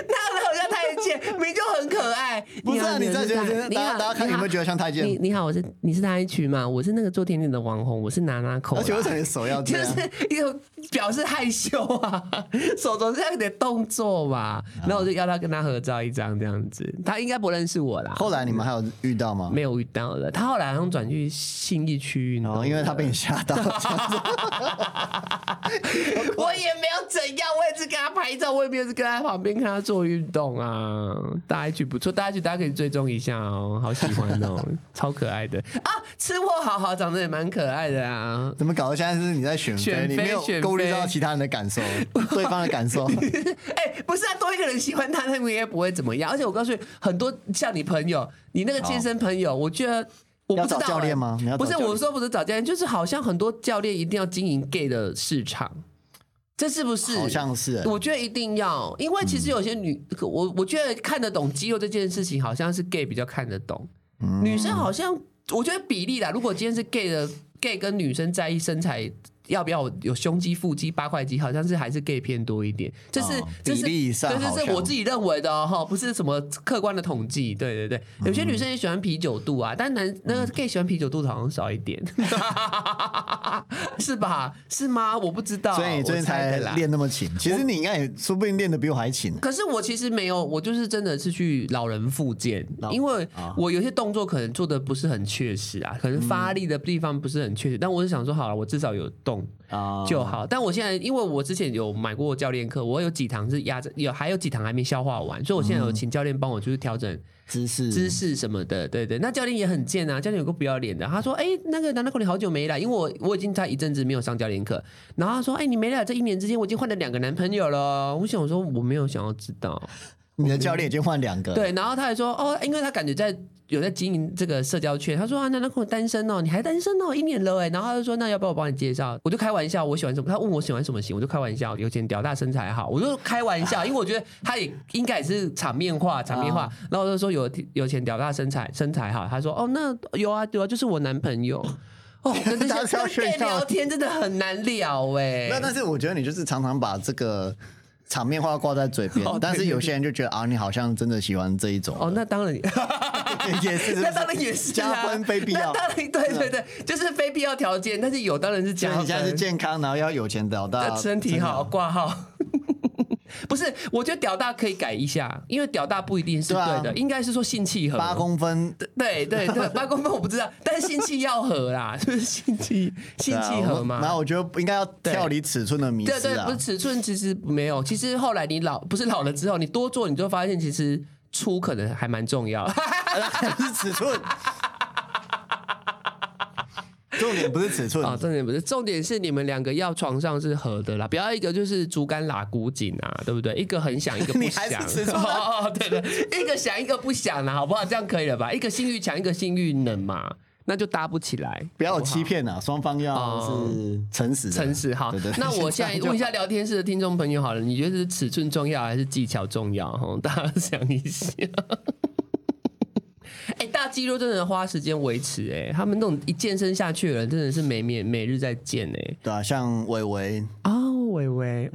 [SPEAKER 2] 那好像太监，明明就很可爱。
[SPEAKER 3] 不是啊你
[SPEAKER 2] 好
[SPEAKER 3] 这样觉得
[SPEAKER 2] 你
[SPEAKER 3] 大家
[SPEAKER 2] 好
[SPEAKER 3] 大家看
[SPEAKER 2] 你
[SPEAKER 3] 有没
[SPEAKER 2] 好
[SPEAKER 3] 有觉得像太监
[SPEAKER 2] 你你好，我是你是大 H 嘛？我是那个做甜点的网红，我是娜娜口啦。啊
[SPEAKER 3] 而且为什么你手要这
[SPEAKER 2] 就
[SPEAKER 3] 样？
[SPEAKER 2] 是有表示害羞啊， 手总是要有点动作
[SPEAKER 3] 啊
[SPEAKER 2] 嘛。然后我就要他跟他合照一张这样子，他应该不认识我啦。
[SPEAKER 3] 后来你们还有遇到吗？
[SPEAKER 2] 没有遇到了，他后来好像转去信义区运动
[SPEAKER 3] 然
[SPEAKER 2] 了、
[SPEAKER 3] 哦后因为他被你吓 到，
[SPEAKER 2] 我也没有怎样，我也是跟他拍照，我也没有是跟他旁边看他做运动啊。大 H 不错，大 H 大家可以追踪一下哦，好喜欢 哦，超可爱的啊！吃货好好长得也蛮可爱的啊。
[SPEAKER 3] 怎么搞的？现在是你在选
[SPEAKER 2] 选
[SPEAKER 3] 妃，你
[SPEAKER 2] 妃
[SPEAKER 3] 没有
[SPEAKER 2] 选
[SPEAKER 3] 顾虑
[SPEAKER 2] 妃
[SPEAKER 3] 到其他人的 感受，对方的感受。
[SPEAKER 2] 哎、不是啊，多一个人喜欢他，他们也不会怎么样。而且我告诉你，很多像你朋友，你那个健身朋友，我觉得。我不知道、
[SPEAKER 3] 要找教练吗你要
[SPEAKER 2] 不
[SPEAKER 3] 找
[SPEAKER 2] 是，
[SPEAKER 3] 教练
[SPEAKER 2] 我说不是找教练，就是好像很多教练一定要经营 gay 的市场，这是不是？
[SPEAKER 3] 好像是嗯欸
[SPEAKER 2] 我觉得一定要，因为其实有些女，我我觉得看得懂肌肉这件事情，好像是 gay 比较看得懂，
[SPEAKER 3] 嗯
[SPEAKER 2] 女生好像我觉得比例啦。如果今天是 gay 的 gay 跟女生在意身材。要不要有胸肌、腹肌、八块肌？好像是还是 gay 偏多一点，这是、
[SPEAKER 3] 哦
[SPEAKER 2] 这是
[SPEAKER 3] 比例上
[SPEAKER 2] 对，
[SPEAKER 3] 好
[SPEAKER 2] 这是
[SPEAKER 3] 像
[SPEAKER 2] 我自己认为的哦，哈不是什么客观的统计。对对对，
[SPEAKER 3] 嗯
[SPEAKER 2] 有些女生也喜欢啤酒肚啊，但男那个 gay 喜欢啤酒肚的好像少一点， 是吧？是吗？我不知道，
[SPEAKER 3] 所以你最近
[SPEAKER 2] 我猜
[SPEAKER 3] 才
[SPEAKER 2] 的啦
[SPEAKER 3] 练那么勤，其实你应该也说不定练的比我还勤。
[SPEAKER 2] 可是我其实没有，我就是真的是去老人复健，
[SPEAKER 3] 老
[SPEAKER 2] 因为我有些动作可能做的不是很确实啊，可能发力的地方不是很确实。但我是想说，好了，我至少有动
[SPEAKER 3] 啊
[SPEAKER 2] 就好。但我现在因为我之前有买过教练课，我有几堂是压着，有还有几堂还没消化完，所以我现在有请教练帮我就是调整
[SPEAKER 3] 姿势
[SPEAKER 2] 姿势什么的。对对，那教练也很贱啊，教练有个不要脸的，他说：“哎、那个南大口你好久没来，因为我我已经在一阵子没有上教练课。”然后他说：“哎、你没来这一年之间，我已经换了两个男朋友了。”我想说我没有想要知道。
[SPEAKER 3] 你的教练已经换两个，，
[SPEAKER 2] 对，然后他还说，哦，因为他感觉在有在经营这个社交圈，他说啊，那那我单身哦，你还单身哦，一年了哎，然后他就说那要不要我帮你介绍？我就开玩笑，我喜欢什么？他问我喜欢什么型，我就开玩笑，有点屌大身材好，我就开玩笑，因为我觉得他也应该也是场面话，场
[SPEAKER 3] 啊
[SPEAKER 2] 面话。然后我就说有有钱屌大身材身材好，他说哦那有啊有啊，就是我男朋友。哦，跟这
[SPEAKER 3] 大家要
[SPEAKER 2] 些
[SPEAKER 3] 炫
[SPEAKER 2] 跟 gay
[SPEAKER 3] 耀
[SPEAKER 2] 聊天真的很难聊哎、
[SPEAKER 3] 那但是我觉得你就是常常把这个场面话挂在嘴边
[SPEAKER 2] 哦对，
[SPEAKER 3] 但是有些人就觉得啊，你好像真的喜欢这一种，
[SPEAKER 2] 哦，那当然，
[SPEAKER 3] 也是
[SPEAKER 2] 那当然也是、啊、
[SPEAKER 3] 加分非必要
[SPEAKER 2] 那当然，对对对，就是非必要条件，但是有当然是
[SPEAKER 3] 就
[SPEAKER 2] 加
[SPEAKER 3] 是
[SPEAKER 2] 分。
[SPEAKER 3] 你现在是健康，然后要有钱哦老大，
[SPEAKER 2] 呃身体好，挂号。不是，我觉得屌大可以改一下，因为屌大不一定是
[SPEAKER 3] 对
[SPEAKER 2] 对
[SPEAKER 3] 啊
[SPEAKER 2] 的，应该是说性气合。
[SPEAKER 3] 八公分。
[SPEAKER 2] 对对 对，八公分我不知道，但是性气要合啦，就是性气性气合嘛。
[SPEAKER 3] 然啊后我觉得应该要跳离尺寸的迷
[SPEAKER 2] 对
[SPEAKER 3] 思
[SPEAKER 2] 对，
[SPEAKER 3] 啊
[SPEAKER 2] 不是，尺寸其实没有，其实后来你老不是老了之后，你多做你就发现其实粗可能还蛮重要。
[SPEAKER 3] 是 尺寸。重点不是尺寸
[SPEAKER 2] 啊、，重点不
[SPEAKER 3] 嗯
[SPEAKER 2] 是，重点是你们两个要床上是合的啦，不要一个就是竹竿拉古井啊，对不对？一个很想，一个不
[SPEAKER 3] 你
[SPEAKER 2] 想
[SPEAKER 3] 还是吃。醋啊
[SPEAKER 2] 哦，对对，一个想，一个不想啦，好不好？这样可以了吧？一个性欲强，一个性欲冷嘛，那就搭不起来。
[SPEAKER 3] 不要有欺骗啊，双方要是诚实的，
[SPEAKER 2] 哦诚实好
[SPEAKER 3] 对对，
[SPEAKER 2] 那我现在问一下聊天室的听众朋友好了，你觉得是尺寸重要还是技巧重要？哦，大家想一想。 哎、大肌肉真的花时间维持、哎，他们那种一健身下去的人，真的是每每每日在健、哎。
[SPEAKER 3] 对啊，像伟伟，
[SPEAKER 2] 哦，伟伟，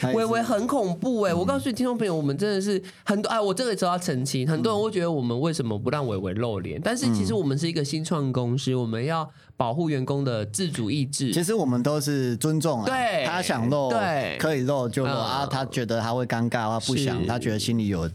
[SPEAKER 3] 他
[SPEAKER 2] 嗯
[SPEAKER 3] 也
[SPEAKER 2] 伟
[SPEAKER 3] 是嗯
[SPEAKER 2] 伟很恐怖哎、我告诉你，听众朋友，我们真的是很多哎，我这个时候要澄清，很多人会觉得我们为什么不让伟伟露脸？但是其
[SPEAKER 3] 嗯
[SPEAKER 2] 实我们是一个新创公司，我们要保护员工的自主意志。
[SPEAKER 3] 其实我们都是尊重啊，
[SPEAKER 2] 对
[SPEAKER 3] 他想露
[SPEAKER 2] 对
[SPEAKER 3] 可以露就露
[SPEAKER 2] 嗯
[SPEAKER 3] 啊，他觉得他会尴尬，他不想，
[SPEAKER 2] 是
[SPEAKER 3] 他觉得心里有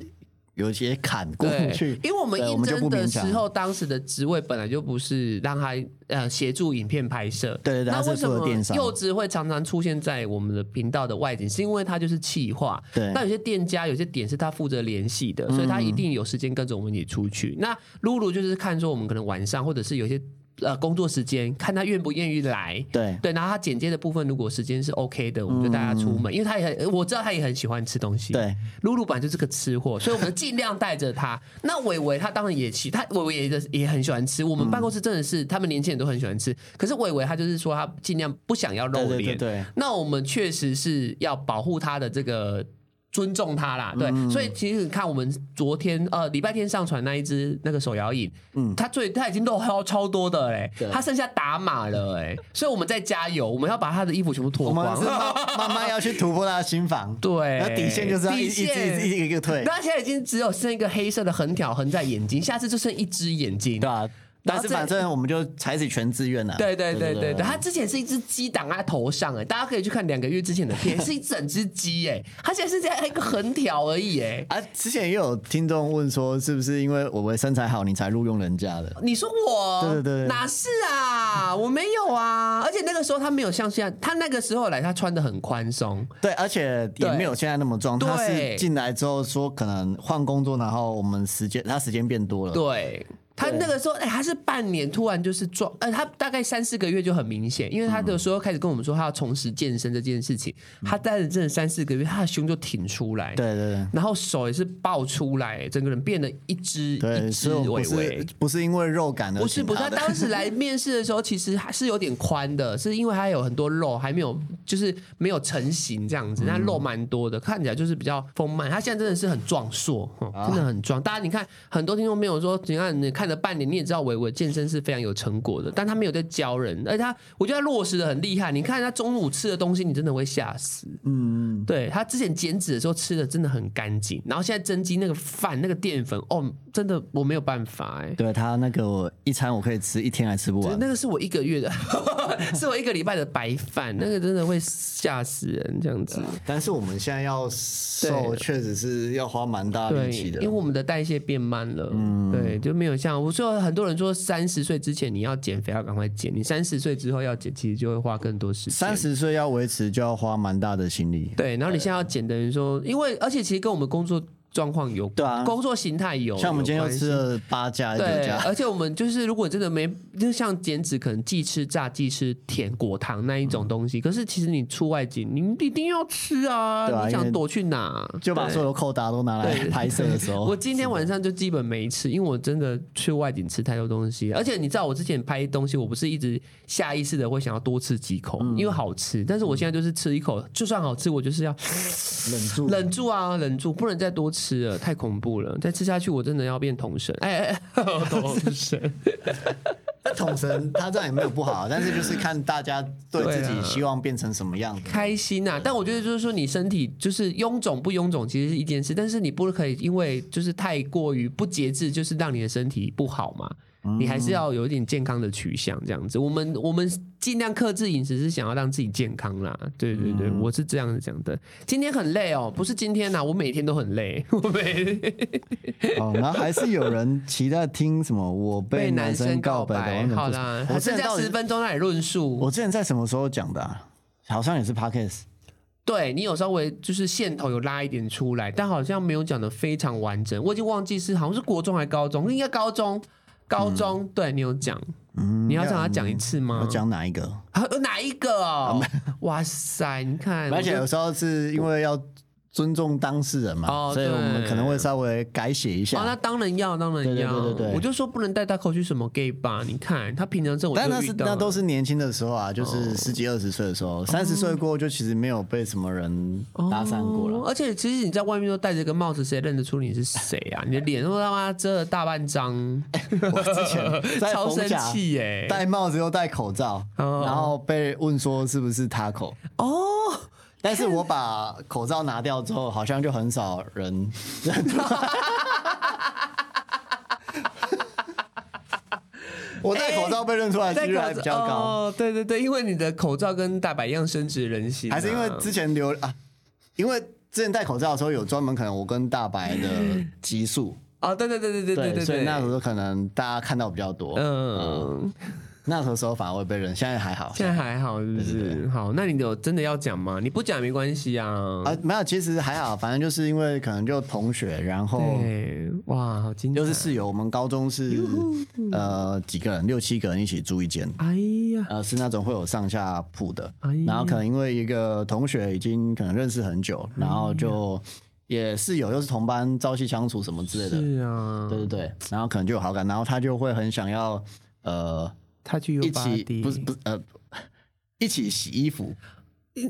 [SPEAKER 3] 有一些坎过不
[SPEAKER 2] 对
[SPEAKER 3] 去，，
[SPEAKER 2] 因为我们
[SPEAKER 3] 对
[SPEAKER 2] 应
[SPEAKER 3] 就不
[SPEAKER 2] 征的
[SPEAKER 3] 勉
[SPEAKER 2] 时
[SPEAKER 3] 强。
[SPEAKER 2] 候，当时的职位本来就不是让他呃协助影片拍摄，
[SPEAKER 3] 对对对
[SPEAKER 2] 那
[SPEAKER 3] 他是
[SPEAKER 2] 为什
[SPEAKER 3] 负责
[SPEAKER 2] 么
[SPEAKER 3] 电商
[SPEAKER 2] 柚子会常常出现在我们的频道的外景？是因为他就是企划，
[SPEAKER 3] 对嗯
[SPEAKER 2] 那有些店家有些点是他负责联系的，所以他一定有时间跟着我们一起出去。那露露就是看说我们可能晚上或者是有些呃工作时间，看他愿不愿意来。
[SPEAKER 3] 对
[SPEAKER 2] 对，然后他剪接的部分，如果时间是 OK 的，我们就带他出门，因为他也很，我知道他也很喜欢吃东西。
[SPEAKER 3] 嗯对，
[SPEAKER 2] 露露本来就是个吃货，所以我们尽量带着她。那伟伟他当然也喜，他伟伟也也很喜欢吃。我们办公室真的是、他们年轻人都很喜欢吃，可是伟伟他就是说他尽量不想要露
[SPEAKER 3] 对
[SPEAKER 2] 脸。
[SPEAKER 3] 对对对，
[SPEAKER 2] 那我们确实是要保护他的这个。尊重他啦，对，
[SPEAKER 3] 嗯
[SPEAKER 2] 所以其实你看我们昨天呃礼拜天上传那一只那个手摇椅，嗯，它最它已经露超超多的嘞、
[SPEAKER 3] 对
[SPEAKER 2] 它剩下打码了哎、所以我们在加油，我们要把他的衣服全部脱
[SPEAKER 3] 我
[SPEAKER 2] 光。
[SPEAKER 3] 们是慢慢慢要去突破他的心房，
[SPEAKER 2] 对
[SPEAKER 3] 那底线就是要一一
[SPEAKER 2] 底
[SPEAKER 3] 直
[SPEAKER 2] 线
[SPEAKER 3] 一直一个一个退，
[SPEAKER 2] 那现在已经只有剩一个黑色的横条横在眼睛，下次就剩一只眼睛。
[SPEAKER 3] 对吧？但是
[SPEAKER 2] 这
[SPEAKER 3] 反正我们就采取全自愿了，啊
[SPEAKER 2] 对对对对对，他之前是一只鸡挡在他头上哎、大家可以去看两个月之前的片，是一整只鸡哎，他现在是在一个横条而已哎、
[SPEAKER 3] 啊，之前也有听众问说，是不是因为我为身材好，你才录用人家的？
[SPEAKER 2] 你说我？
[SPEAKER 3] 对对对
[SPEAKER 2] 哪是啊？我没有啊！而且那个时候他没有像现在，他那个时候来他穿的很宽松，
[SPEAKER 3] 对，而且也
[SPEAKER 2] 对
[SPEAKER 3] 没有现在那么壮。
[SPEAKER 2] 对
[SPEAKER 3] 他是进来之后说，可能换工作，然后我们时间他时间变多了。
[SPEAKER 2] 对。他那个时候，哎、他是半年突然就是壮，呃，他大概三四个月就很明显，因为他的时候开始跟我们说他要重拾健身这件事情，他待了真的三四个月，他的胸就挺出来，，
[SPEAKER 3] 嗯对对
[SPEAKER 2] 然后手也是爆出来，整个人变得一只
[SPEAKER 3] 对
[SPEAKER 2] 一
[SPEAKER 3] 对，
[SPEAKER 2] 只
[SPEAKER 3] 所以我
[SPEAKER 2] 伟
[SPEAKER 3] 不是
[SPEAKER 2] 伟，
[SPEAKER 3] 不是因为肉感而
[SPEAKER 2] 不是
[SPEAKER 3] 请
[SPEAKER 2] 不是，
[SPEAKER 3] 他
[SPEAKER 2] 他
[SPEAKER 3] 的
[SPEAKER 2] 当时 来面试的时候，其实还是有点宽的，是因为他有很多肉还没有，就是没有成型这
[SPEAKER 3] 嗯
[SPEAKER 2] 样子，那肉蛮多的，看起来就是比较丰满。他现在真的是很壮硕，哼
[SPEAKER 3] 啊
[SPEAKER 2] 真的很壮。大家你看，很多听众朋友说，你看你看了半年，你也知道伟伟健身是非常有成果的，但他没有在教人，而且他我觉得他落实的很厉害。你看他中午吃的东西，你真的会吓死。
[SPEAKER 3] 嗯，
[SPEAKER 2] 对他之前减脂的时候吃的真的很干净，然后现在增肌那个饭那个淀粉，哦，真的我没有办法哎、
[SPEAKER 3] 对他那个我一餐我可以吃一天还吃不
[SPEAKER 2] 对
[SPEAKER 3] 完。
[SPEAKER 2] 那个是我一个月的， 是我一个礼拜的白饭，那个真的会吓死人这样子。
[SPEAKER 3] 但是我们现在要瘦，
[SPEAKER 2] 对
[SPEAKER 3] 确实是要花蛮大
[SPEAKER 2] 对
[SPEAKER 3] 啊力，气
[SPEAKER 2] 因
[SPEAKER 3] 的嗯
[SPEAKER 2] 为。我们的代谢变慢了，对，就没有像我说，很多人说三十岁之前你要减肥要赶快减，你三十岁之后要减，其实就会花更多时间。
[SPEAKER 3] 三十岁要维持，就要花蛮大的心力。
[SPEAKER 2] 对，然后你现在要减，等于说，因为而且其实跟我们工作状况有，
[SPEAKER 3] 对啊
[SPEAKER 2] 工作形态有，
[SPEAKER 3] 像我们今天
[SPEAKER 2] 有
[SPEAKER 3] 又
[SPEAKER 2] 关
[SPEAKER 3] 吃
[SPEAKER 2] 系
[SPEAKER 3] 了八家九
[SPEAKER 2] 对，
[SPEAKER 3] 家，
[SPEAKER 2] 而且我们就是，如果真的没，就像减脂，可能既吃炸，既吃甜果糖那一种东西。可是其实你出外景，你一定要吃啊！
[SPEAKER 3] 嗯对啊
[SPEAKER 2] 你
[SPEAKER 3] 因为
[SPEAKER 2] 想躲去哪？
[SPEAKER 3] 就把
[SPEAKER 2] 对
[SPEAKER 3] 所有的扣打都拿来
[SPEAKER 2] 对
[SPEAKER 3] 拍摄的时 候，
[SPEAKER 2] 我今天晚上就基本没吃，因为我真的去外景吃太多东西，而且你知道我之前拍东西，我不是一直下意识的会想要多吃几口，
[SPEAKER 3] 嗯
[SPEAKER 2] 因为好吃。但是我现在就是吃一口，就算好吃，我就是要
[SPEAKER 3] 嗯忍住
[SPEAKER 2] 忍住啊，忍住，不能再多吃了，太恐怖了！再吃下去，我真的要变 童神。哎哎，哎童神。
[SPEAKER 3] 那桶神他这样也没有不好，啊但是就是看大家对
[SPEAKER 2] 对
[SPEAKER 3] 自己
[SPEAKER 2] 啊
[SPEAKER 3] 希望变成什么样子。
[SPEAKER 2] 开心
[SPEAKER 3] 嗯
[SPEAKER 2] 呐、但我觉得就是说，你身体就是臃肿不臃肿，其实是一件事，但是你不可以因为就是太过于不节制，就是让你的身体不好嘛。
[SPEAKER 3] 嗯
[SPEAKER 2] 你还是要有一点健康的取向，这样子。我们我们尽量克制饮食，是想要让自己健康啦。对对
[SPEAKER 3] 嗯
[SPEAKER 2] 对，我是这样讲的。今天很累哦，不是今天呐、我每天都很累，我 每
[SPEAKER 3] 哦，然后还是有人期待听什么我被男生告白的。
[SPEAKER 2] 好
[SPEAKER 3] 我怎
[SPEAKER 2] 啦
[SPEAKER 3] 么，
[SPEAKER 2] 还
[SPEAKER 3] 我
[SPEAKER 2] 是
[SPEAKER 3] 之前
[SPEAKER 2] 在
[SPEAKER 3] 到底
[SPEAKER 2] 十分钟那里论述。
[SPEAKER 3] 我之前在什么时候讲的啊？好像也是 podcast。
[SPEAKER 2] 对你有稍微就是线头有拉一点出来，但好像没有讲的非常完整。我已经忘记是好像是国中还高中，应该高中，高中、对你有讲，
[SPEAKER 3] 嗯
[SPEAKER 2] 你要让他讲一次吗
[SPEAKER 3] 我？讲啊哪一个？
[SPEAKER 2] 啊，有哪一个哦？哇塞，你看，
[SPEAKER 3] 而且
[SPEAKER 2] 我
[SPEAKER 3] 有
[SPEAKER 2] 就
[SPEAKER 3] 时候是因为要尊重当事人嘛
[SPEAKER 2] 哦，
[SPEAKER 3] 所以我们
[SPEAKER 2] 对
[SPEAKER 3] 可能会稍微改写一
[SPEAKER 2] 哦，那
[SPEAKER 3] 下。
[SPEAKER 2] 当然要，当然
[SPEAKER 3] 对对
[SPEAKER 2] 要，
[SPEAKER 3] 对对对
[SPEAKER 2] 我就说不能带他口去什么 gay 吧，你看他平常这种，
[SPEAKER 3] 但那是那都
[SPEAKER 2] 是
[SPEAKER 3] 是年轻的时候啊，
[SPEAKER 2] 哦
[SPEAKER 3] 就是十几二十岁的时候，三十岁过后就其实没有被什么人搭讪过了。
[SPEAKER 2] 哦而且其实你在外面都戴着个帽子，谁认得出你是谁啊？你的脸都他妈遮了大半张，
[SPEAKER 3] 我 之前 在
[SPEAKER 2] 超
[SPEAKER 3] 逢
[SPEAKER 2] 生
[SPEAKER 3] 甲
[SPEAKER 2] 气耶、
[SPEAKER 3] 戴帽子又戴口罩，
[SPEAKER 2] 哦
[SPEAKER 3] 然后被问说是不是他口。
[SPEAKER 2] 哦。
[SPEAKER 3] 但是我把口罩拿掉之后，好像就很少人。 我戴口罩被认出来的
[SPEAKER 2] 戴
[SPEAKER 3] 几率还比较高，
[SPEAKER 2] 哦，对对对，因为你的口罩跟大白一样深植人心啊、
[SPEAKER 3] 还是因为之前留啊？因为之前戴口罩的时候有专门可能我跟大白的集数，
[SPEAKER 2] 哦，对对对 对对对对，
[SPEAKER 3] 所以那时候可能大家看到比较多。
[SPEAKER 2] 嗯，
[SPEAKER 3] 那时候反而会被认，现在还好。
[SPEAKER 2] 现在还好，是不是？好，那你有真的要讲吗？你不讲没关系啊。
[SPEAKER 3] 啊，没有，其实还好，反正就是因为可能就同学，然后
[SPEAKER 2] 对，哇，好精彩！
[SPEAKER 3] 哦又是室友，我们高中是
[SPEAKER 2] 嗯
[SPEAKER 3] 呃几个人，六七个人一起住一间，
[SPEAKER 2] 哎呀，
[SPEAKER 3] 呃是那种会有上下铺的
[SPEAKER 2] 哎呀，
[SPEAKER 3] 然后可能因为一个同学已经可能认识很久，然后
[SPEAKER 2] 嗯
[SPEAKER 3] 就也室友又是同班，朝夕相处什么之类的，
[SPEAKER 2] 是啊，
[SPEAKER 3] 对对对，然后可能就有好感，然后他就会很想要呃
[SPEAKER 2] 他去 U
[SPEAKER 3] 一
[SPEAKER 2] 八
[SPEAKER 3] 起
[SPEAKER 2] D，
[SPEAKER 3] 不是不是呃一起洗衣 服。对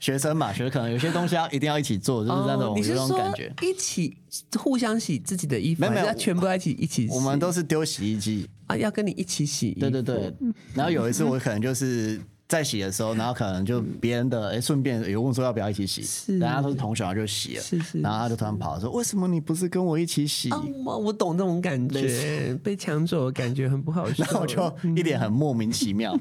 [SPEAKER 3] 学生嘛，学生可能有些东西要一定要一起做，就是那
[SPEAKER 2] 哦
[SPEAKER 3] 种
[SPEAKER 2] 你
[SPEAKER 3] 有
[SPEAKER 2] 是
[SPEAKER 3] 这种
[SPEAKER 2] 说
[SPEAKER 3] 感觉。
[SPEAKER 2] 一起互相洗自己的衣服，
[SPEAKER 3] 没有没有
[SPEAKER 2] 还是要全部在一起一起洗，
[SPEAKER 3] 我们都是丢洗衣机，
[SPEAKER 2] 啊要跟你一起洗衣服，
[SPEAKER 3] 对对对。然后有一次我可能就是在洗的时候，然后可能就别人的哎，顺便有问说要不要一起洗，
[SPEAKER 2] 是
[SPEAKER 3] 大家都是同学，然后就洗了。
[SPEAKER 2] 是是
[SPEAKER 3] 然后他就突然跑来说：“为什么你不是跟我一起洗
[SPEAKER 2] 啊，我 我懂这种感觉，被抢走的感觉很不好 受。？”
[SPEAKER 3] 然后我就一脸很莫名其妙，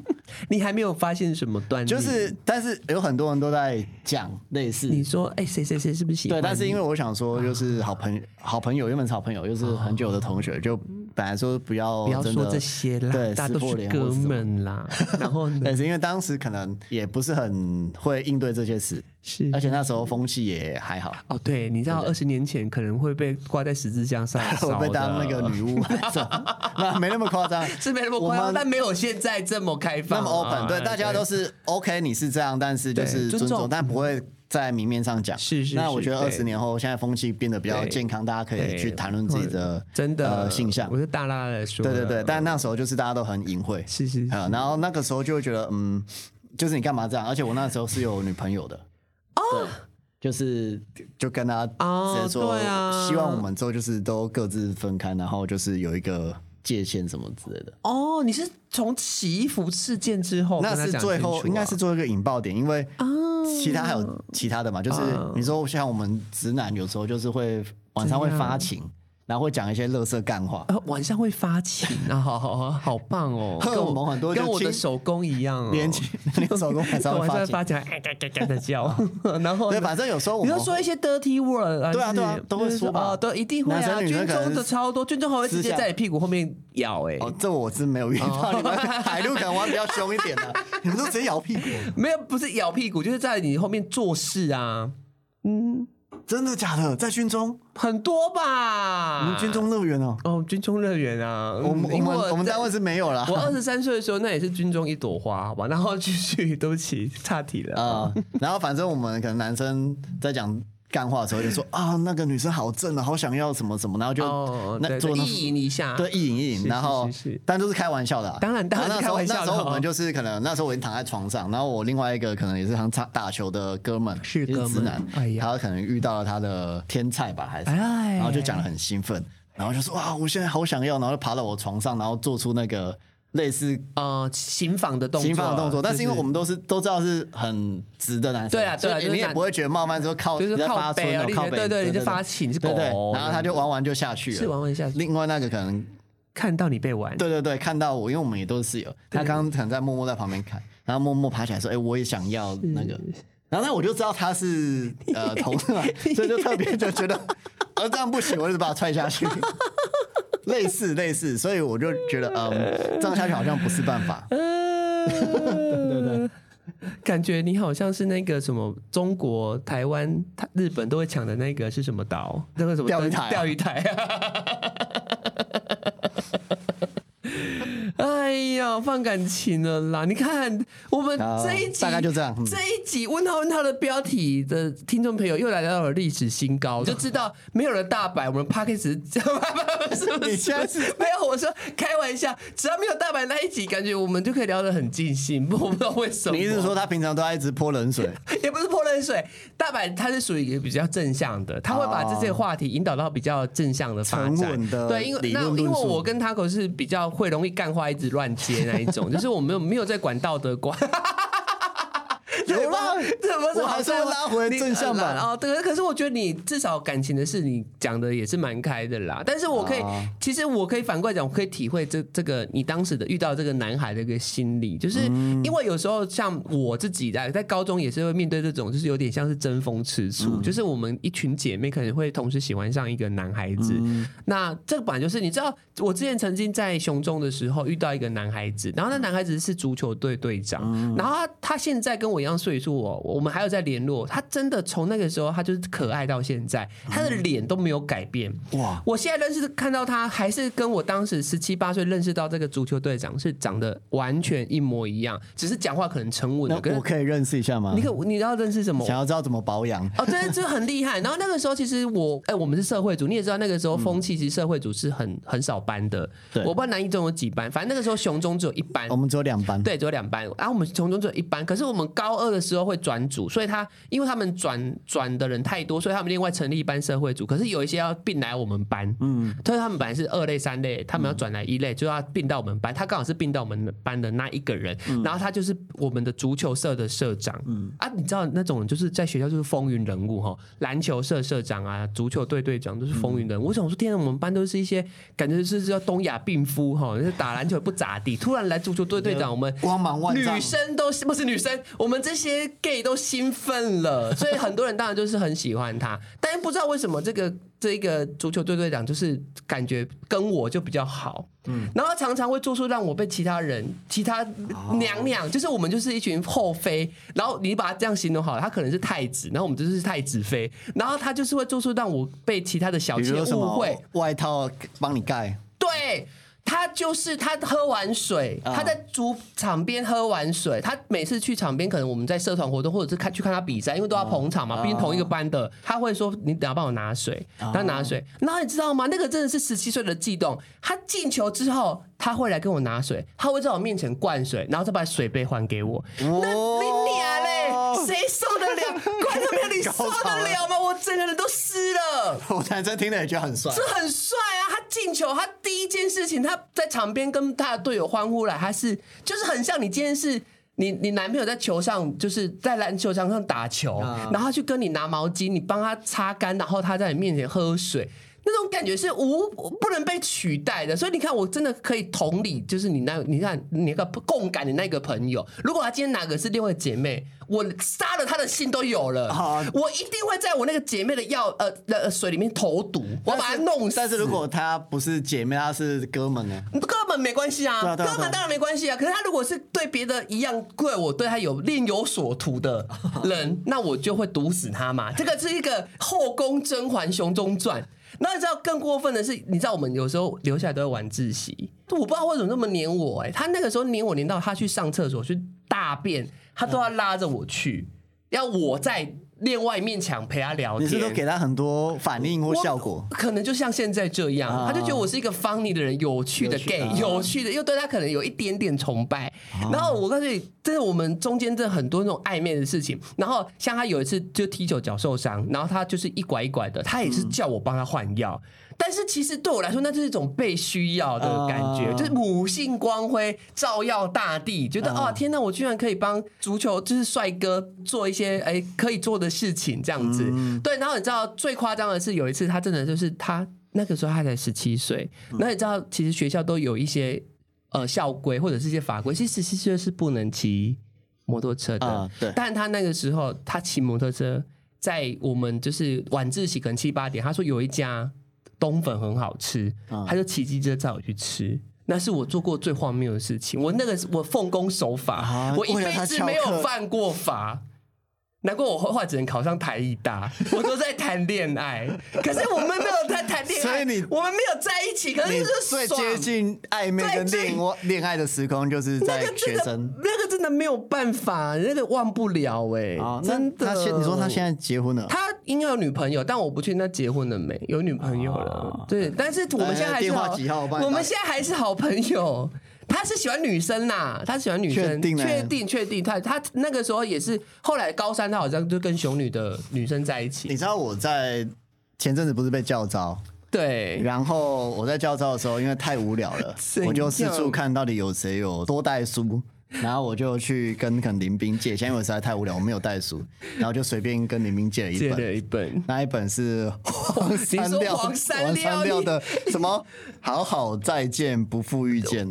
[SPEAKER 2] 你还没有发现什么端倪，
[SPEAKER 3] 就是但是有很多人都在讲类似，
[SPEAKER 2] 你说，哎、谁谁谁是不是喜欢
[SPEAKER 3] 对，
[SPEAKER 2] 你？
[SPEAKER 3] 但是因为我想说，就是好朋友，好朋友原本是好朋友，又是很久的同学，就本来说不要
[SPEAKER 2] 哦不要
[SPEAKER 3] 哦真
[SPEAKER 2] 说
[SPEAKER 3] 的
[SPEAKER 2] 这些啦，
[SPEAKER 3] 对，
[SPEAKER 2] 大家都
[SPEAKER 3] 撕破
[SPEAKER 2] 是
[SPEAKER 3] 脸
[SPEAKER 2] 哥
[SPEAKER 3] 或是什么。
[SPEAKER 2] 们啦。 然后呢
[SPEAKER 3] 但，是因为当时可能也不是很会应对这些事，
[SPEAKER 2] 是
[SPEAKER 3] 而且那时候风气也还 好，
[SPEAKER 2] 哦，对，你知道二十年前可能会被挂在十字架上
[SPEAKER 3] 我
[SPEAKER 2] 烧
[SPEAKER 3] 被
[SPEAKER 2] 的，
[SPEAKER 3] 当那个 女巫， 那没那么夸张，
[SPEAKER 2] 是没那么
[SPEAKER 3] 我
[SPEAKER 2] 夸张，
[SPEAKER 3] 们
[SPEAKER 2] 但没有现在这么开放
[SPEAKER 3] 那
[SPEAKER 2] 啊，
[SPEAKER 3] 么 open，对，大家
[SPEAKER 2] 对
[SPEAKER 3] 都是 OK，你是这样，但是就
[SPEAKER 2] 对
[SPEAKER 3] 是
[SPEAKER 2] 尊
[SPEAKER 3] 尊重，
[SPEAKER 2] 重
[SPEAKER 3] 但不会在明面上讲。
[SPEAKER 2] 是是
[SPEAKER 3] 那
[SPEAKER 2] 是
[SPEAKER 3] 我觉得
[SPEAKER 2] 对
[SPEAKER 3] 二十年后，现在风气变得比较
[SPEAKER 2] 对
[SPEAKER 3] 健康，大家可以
[SPEAKER 2] 对
[SPEAKER 3] 去谈论自己的
[SPEAKER 2] 哎真的、
[SPEAKER 3] 呃性向
[SPEAKER 2] 我。是大拉来说的，
[SPEAKER 3] 对对对，
[SPEAKER 2] 嗯
[SPEAKER 3] 但那时候就是大家都很隐晦，
[SPEAKER 2] 是是是
[SPEAKER 3] 啊、然后那个时候就会觉得，嗯，就是你干嘛这样？而且我那时候是有女朋友的，哦，就是啊就跟他直接说，
[SPEAKER 2] 哦对啊
[SPEAKER 3] 希望我们之后就是都各自分开，然后就是有一个界限什么之类的。
[SPEAKER 2] 哦，你是从洗衣服事件之后跟
[SPEAKER 3] 那
[SPEAKER 2] 他
[SPEAKER 3] 是
[SPEAKER 2] 讲清楚啊，
[SPEAKER 3] 最后应该是做一个引爆点，因为
[SPEAKER 2] 哦
[SPEAKER 3] 其他还有其他的嘛，就是
[SPEAKER 2] 嗯
[SPEAKER 3] 你说像我们直男有时候就是会晚上会发情，
[SPEAKER 2] 嗯
[SPEAKER 3] 然后会讲一些乐色干话，
[SPEAKER 2] 呃，晚上会发情啊， 好好好，好棒 哦，
[SPEAKER 3] 荷尔
[SPEAKER 2] 跟我
[SPEAKER 3] 蒙很多就
[SPEAKER 2] 跟我的
[SPEAKER 3] 亲
[SPEAKER 2] 手工一样、哦，
[SPEAKER 3] 连连手工晚 上
[SPEAKER 2] 晚
[SPEAKER 3] 会发
[SPEAKER 2] 上
[SPEAKER 3] 情，
[SPEAKER 2] 发情，哎嘎嘎嘎的 叫，然后
[SPEAKER 3] 对，啊
[SPEAKER 2] 呢
[SPEAKER 3] 反正有时候我
[SPEAKER 2] 你
[SPEAKER 3] 们
[SPEAKER 2] 要说一些 dirty word，还
[SPEAKER 3] 对啊对啊
[SPEAKER 2] 是
[SPEAKER 3] 都会
[SPEAKER 2] 就是
[SPEAKER 3] 说吧
[SPEAKER 2] 哦对，一定会
[SPEAKER 3] 男
[SPEAKER 2] 啊，
[SPEAKER 3] 生女生
[SPEAKER 2] 军
[SPEAKER 3] 可能
[SPEAKER 2] 中的超多，军中还会直
[SPEAKER 3] 私
[SPEAKER 2] 接
[SPEAKER 3] 下
[SPEAKER 2] 在你屁股后面咬、欸，哎、
[SPEAKER 3] 哦，这我是没有遇到，你们海陆可能玩比较凶一点 的，你们都直接咬屁股。
[SPEAKER 2] 没有，不是咬屁股，就是在你后面做事啊，嗯，
[SPEAKER 3] 真的假的？在军中，
[SPEAKER 2] 很多
[SPEAKER 3] 你
[SPEAKER 2] 吧？
[SPEAKER 3] 们军中乐园哦。
[SPEAKER 2] 哦，军中乐园啊，
[SPEAKER 3] 我
[SPEAKER 2] 嗯
[SPEAKER 3] 们我
[SPEAKER 2] 因为
[SPEAKER 3] 们我们
[SPEAKER 2] 在
[SPEAKER 3] 单位啊是没有啦。
[SPEAKER 2] 我二十三岁的时候，那也是军中一朵花，好吧？然后继续，对不起，岔题了。
[SPEAKER 3] 啊、然后反正我们可能男生在讲干话的时候就说啊，那个女生好正啊，好想要什么什么，然后就、
[SPEAKER 2] 哦，
[SPEAKER 3] 那
[SPEAKER 2] 对
[SPEAKER 3] 做
[SPEAKER 2] 对
[SPEAKER 3] 那
[SPEAKER 2] 意淫一下，
[SPEAKER 3] 对，意淫意
[SPEAKER 2] 是
[SPEAKER 3] 淫，
[SPEAKER 2] 是
[SPEAKER 3] 然后
[SPEAKER 2] 是是
[SPEAKER 3] 但就是开玩笑的啊、
[SPEAKER 2] 当然当然
[SPEAKER 3] 那
[SPEAKER 2] 是
[SPEAKER 3] 时
[SPEAKER 2] 开
[SPEAKER 3] 候
[SPEAKER 2] 玩笑的
[SPEAKER 3] 那时候我
[SPEAKER 2] 哦
[SPEAKER 3] 们就是可能那时候我已经躺在床上，然后我另外一个可能也是常打打球的哥们，
[SPEAKER 2] 是
[SPEAKER 3] 也
[SPEAKER 2] 哥们
[SPEAKER 3] 直男，
[SPEAKER 2] 哎呀
[SPEAKER 3] 他可能遇到了他的天菜吧还是什么，
[SPEAKER 2] 哎
[SPEAKER 3] 然后就讲的很兴奋，然后就说哇，我现在好想要，然后就爬到我床上，然后做出那个类似
[SPEAKER 2] 呃，刑访的动作，
[SPEAKER 3] 刑法的动作，但是因为我
[SPEAKER 2] 们
[SPEAKER 3] 们都是都知道是很直的男生，
[SPEAKER 2] 对啊对啊
[SPEAKER 3] 所以
[SPEAKER 2] 就是
[SPEAKER 3] 你也
[SPEAKER 2] 那
[SPEAKER 3] 不会觉得冒犯说靠
[SPEAKER 2] 就是
[SPEAKER 3] 你在
[SPEAKER 2] 靠
[SPEAKER 3] 发
[SPEAKER 2] 背啊
[SPEAKER 3] 春
[SPEAKER 2] 你在
[SPEAKER 3] 哦，靠背，
[SPEAKER 2] 对对你在发情你是
[SPEAKER 3] 对对
[SPEAKER 2] 狗
[SPEAKER 3] 然后他就玩完就下去了，
[SPEAKER 2] 是玩玩一下
[SPEAKER 3] 另外那个可能
[SPEAKER 2] 看到你被玩，
[SPEAKER 3] 对对对，看到我，因为我们也都是室友，他刚刚可能在默默在旁边看，然后默默爬起来说：“哎、我也想要那个。”
[SPEAKER 2] 嗯
[SPEAKER 3] 然后那我就知道 他是呃同事嘛，所以就特别就觉得， 呃这样不行，我就把他踹下去。 类似类似，所以我就觉得，嗯，这样下去好像不是办法。
[SPEAKER 2] 呃，对对对。感觉你好像是那个什么中国、台湾、台日本都会抢的那个是什么岛？那个什么
[SPEAKER 3] 钓鱼台啊
[SPEAKER 2] 钓鱼台啊！ 哎呀，放感情了啦！你看我们
[SPEAKER 3] 好
[SPEAKER 2] 这一集
[SPEAKER 3] 大概就这样嗯
[SPEAKER 2] 这一集问号问号的标题的听众朋友又来到了历史新 高，就知道没有了大白，我们 p a c k a g e 是 不是？
[SPEAKER 3] 你现在是
[SPEAKER 2] 没有，我说开玩笑，只要没有大白那一集，感觉我们就可以聊得很尽兴。 不，我不知道为什么。
[SPEAKER 3] 你意思是说他平常都在一直泼 冷水？
[SPEAKER 2] 也不是泼冷水，大白他是属于一个比较正向的，他会把这些话题引导到比较正向的发
[SPEAKER 3] 沉
[SPEAKER 2] 展
[SPEAKER 3] 稳。的
[SPEAKER 2] 对，因为
[SPEAKER 3] 理
[SPEAKER 2] 那
[SPEAKER 3] 论
[SPEAKER 2] 因为
[SPEAKER 3] 论述
[SPEAKER 2] 我跟 Taco 是比较会容易干话，一直乱 接那一种，就是我没有没有在管道德观。
[SPEAKER 3] 有啦，
[SPEAKER 2] 怎么
[SPEAKER 3] 我还是会拉回正向吧
[SPEAKER 2] 哦，对，可是我觉得你至少感情的事，你讲的也是蛮开的啦。但是我可以，
[SPEAKER 3] 啊
[SPEAKER 2] 其实我可以反过来讲，我可以体会这这个你当时的遇到这个男孩的一个心理，就是因为有时候像我自己在在高中也是会面对这种，就是有点像是争风吃醋，就是我们一群姐妹可能会同时喜欢上一个男孩子，那这个本来就是你知道，我之前曾经在雄中的时候遇到一个男孩子，然后那男孩子是足球队队长，然后他他现在跟我一样岁数哦，我们还有在联络。他真的从那个时候他就是可爱到现在，他的脸都没有改变。
[SPEAKER 3] 哇，
[SPEAKER 2] 我现在认识看到他，还是跟我当时十七八岁认识到这个足球队长是长得完全一模一样，只是讲话可能沉稳
[SPEAKER 3] 那
[SPEAKER 2] 了。可是
[SPEAKER 3] 我可以认识一下吗
[SPEAKER 2] 你？可你知道认识什么？
[SPEAKER 3] 想要知道怎么保养？
[SPEAKER 2] 哦，对，这很厉害。然后那个时候，其实我，哎、我们是社会组，你也知道，那个时候风气其实社会组是很很少班的。
[SPEAKER 3] 对哦
[SPEAKER 2] 我不知道南一中有几班，反正那个时候雄中只有一班
[SPEAKER 3] 我。们只有两班，
[SPEAKER 2] 对，只有两班，然后我们从中只有一班，可是我们高二的时候会转组，所以他因为他们转转的人太多，所以他们另外成立一班社会组，可是有一些要并来我们班，嗯，所以他们本来是二类、三类，他们要转来一类，就要并到我们班，他刚好是并到我们班的那一个人，然后他就是我们的足球社的社长，嗯啊，你知道那种就是在学校就是风云人物哈，篮球社社长啊，足球队队长都是风云人物，我想说天啊，我们班都是一些感觉是叫东亚病夫哈，就是打篮球也不咋地，突然来足球队队长，我们
[SPEAKER 3] 光芒万丈
[SPEAKER 2] 女。生都不是女生，我们这些 gay 都兴奋了，所以很多人当然就是很喜欢他，但是不知道为什么这个这个足球队队长就是感觉跟我就比较好，嗯，然后常常会做出让我被其他人、其他娘
[SPEAKER 3] 哦
[SPEAKER 2] 娘，就是我们就是一群后妃，然后你把他这样形容好了，他可能是太子，然后我们就是太子妃，然后他就是会做出让我被其他的小
[SPEAKER 3] 比
[SPEAKER 2] 妾
[SPEAKER 3] 如说什
[SPEAKER 2] 误
[SPEAKER 3] 么
[SPEAKER 2] 会，
[SPEAKER 3] 外套帮你盖，
[SPEAKER 2] 对。他就是他喝完水，
[SPEAKER 3] 啊
[SPEAKER 2] 他在主场边喝完水，他每次去场边，可能我们在社团活动或者是看去看他比赛，因为都要捧场嘛，
[SPEAKER 3] 啊
[SPEAKER 2] 毕竟同一个班的，他会说你等下帮我拿水，他拿水，然后你知道吗？那个真的是十七岁的悸动，他进球之后，他会来跟我拿水，他会在我面前灌水，然后再把水杯还给我，那
[SPEAKER 3] 哦
[SPEAKER 2] 你娘嘞，谁受得 了？观众朋友，你受
[SPEAKER 3] 高潮
[SPEAKER 2] 得
[SPEAKER 3] 了
[SPEAKER 2] 了吗？我整个人都湿了。
[SPEAKER 3] 我男生听了也觉得很帅
[SPEAKER 2] 这。很帅啊！他进球，他第一件事情，他在场边跟他的队友欢呼来，他是就是很像你今天是。你你男朋友在球上就是在篮球场上打球，然后他去跟你拿毛巾，你帮他擦干，然后他在你面前喝水，那种感觉是无不能被取代的。所以你看，我真的可以同理，就是你那，你看你那个共感的那个朋友，如果他今天哪个是另外姐妹，我杀了他的心都有了，
[SPEAKER 3] 好
[SPEAKER 2] 我一定会在我那个姐妹的药呃呃水里面投毒，我把她弄死。
[SPEAKER 3] 但是如果他不是姐妹，他是哥们呢？
[SPEAKER 2] 根本没关系啊，
[SPEAKER 3] 对啊对啊
[SPEAKER 2] 根本当然没关系啊。可是他如果是对别的一样对我对他有另有所图的 人，那我就会毒死他嘛。这个是一个后宫《甄嬛雄中传》。那你知道更过分的是，你知道我们有时候留下来都会晚自习，我不知道为什么那么黏我哎、他那个时候黏我黏到他去上厕所去大便，他都要拉着我去，要我在另外一面墙陪他聊
[SPEAKER 3] 你
[SPEAKER 2] 天。
[SPEAKER 3] 是都给他很多反应或
[SPEAKER 2] 哦我
[SPEAKER 3] 效果？
[SPEAKER 2] 可能就像现在这样，
[SPEAKER 3] 啊
[SPEAKER 2] 他就觉得我是一个 funny 的人，有趣的
[SPEAKER 3] 有趣
[SPEAKER 2] gay，
[SPEAKER 3] 啊
[SPEAKER 2] 有趣的，又对他可能有一点点崇拜。然后我告诉你，真的我们中间真的很多那种暧昧的事情。然后像他有一次就踢球脚受伤，然后他就是一拐一拐的，他也是
[SPEAKER 3] 嗯
[SPEAKER 2] 叫我帮他换药。但是其实对我来说，那就是一种被需要的感觉，
[SPEAKER 3] 啊
[SPEAKER 2] 就是母性光辉照耀大地，觉
[SPEAKER 3] 啊
[SPEAKER 2] 得哦天哪，我居然可以帮足球就是帅哥做一些哎可以做的事情这样子。
[SPEAKER 3] 嗯
[SPEAKER 2] 对，然后你知道最夸张的是有一次他真的就是他那个时候他才十七岁，那你知道其实学校都有一些呃校规或者是一些法规，其实十七岁是不能骑摩托车的。
[SPEAKER 3] 啊对
[SPEAKER 2] 但他那个时候他骑摩托车，在我们就是晚自习可能七八点，他说有一家冬粉很好吃，
[SPEAKER 3] 嗯
[SPEAKER 2] 他就骑机车载我去吃。那是我做过最荒谬的事情，我那个是我奉公守法，
[SPEAKER 3] 啊
[SPEAKER 2] 我一
[SPEAKER 3] 为了
[SPEAKER 2] 辈
[SPEAKER 3] 他
[SPEAKER 2] 子
[SPEAKER 3] 翘
[SPEAKER 2] 没有
[SPEAKER 3] 课
[SPEAKER 2] 犯过法。难怪我后来只能考上台艺大， 我都在谈恋爱，可是我们没有在谈恋爱，
[SPEAKER 3] 所以你
[SPEAKER 2] 我们没有在一起，可是
[SPEAKER 3] 你
[SPEAKER 2] 就是
[SPEAKER 3] 最
[SPEAKER 2] 爽
[SPEAKER 3] 接近暧昧跟
[SPEAKER 2] 最
[SPEAKER 3] 恋恋爱的时空，就是
[SPEAKER 2] 那
[SPEAKER 3] 在
[SPEAKER 2] 个真
[SPEAKER 3] 学
[SPEAKER 2] 的
[SPEAKER 3] 生。
[SPEAKER 2] 那个真的没有办法，那个忘不了哎、
[SPEAKER 3] 啊，那
[SPEAKER 2] 真的。
[SPEAKER 3] 他现你说他现在结婚了，
[SPEAKER 2] 他应该有女朋友，但我不确定他结婚了没，有女朋友了。对，但是我们现在还是
[SPEAKER 3] 啊呃电
[SPEAKER 2] 好
[SPEAKER 3] 话几号我帮你打
[SPEAKER 2] 我们现在还是好朋友。他是喜欢女生呐，他喜欢女生，
[SPEAKER 3] 确定呢
[SPEAKER 2] 确定确定他他那个时候也是，后来高三他好像就跟熊女的女生在一
[SPEAKER 3] 你
[SPEAKER 2] 起。
[SPEAKER 3] 知道我在前阵子不是被叫招，
[SPEAKER 2] 对，
[SPEAKER 3] 然后我在教招的时候，因为太无聊 了
[SPEAKER 2] 怎，样
[SPEAKER 3] 我就四处看到底有谁有多带书，然后我就去跟可能林斌借，因为我实在太无聊，我没有 带书，然后就随便跟林斌借了一
[SPEAKER 2] 借
[SPEAKER 3] 本。
[SPEAKER 2] 了一本。
[SPEAKER 3] 那一本是黄三
[SPEAKER 2] 你说
[SPEAKER 3] 料，
[SPEAKER 2] 黄
[SPEAKER 3] 黄
[SPEAKER 2] 山
[SPEAKER 3] 三
[SPEAKER 2] 料
[SPEAKER 3] 料
[SPEAKER 2] 你
[SPEAKER 3] 的什么？好好再见，不负 遇见。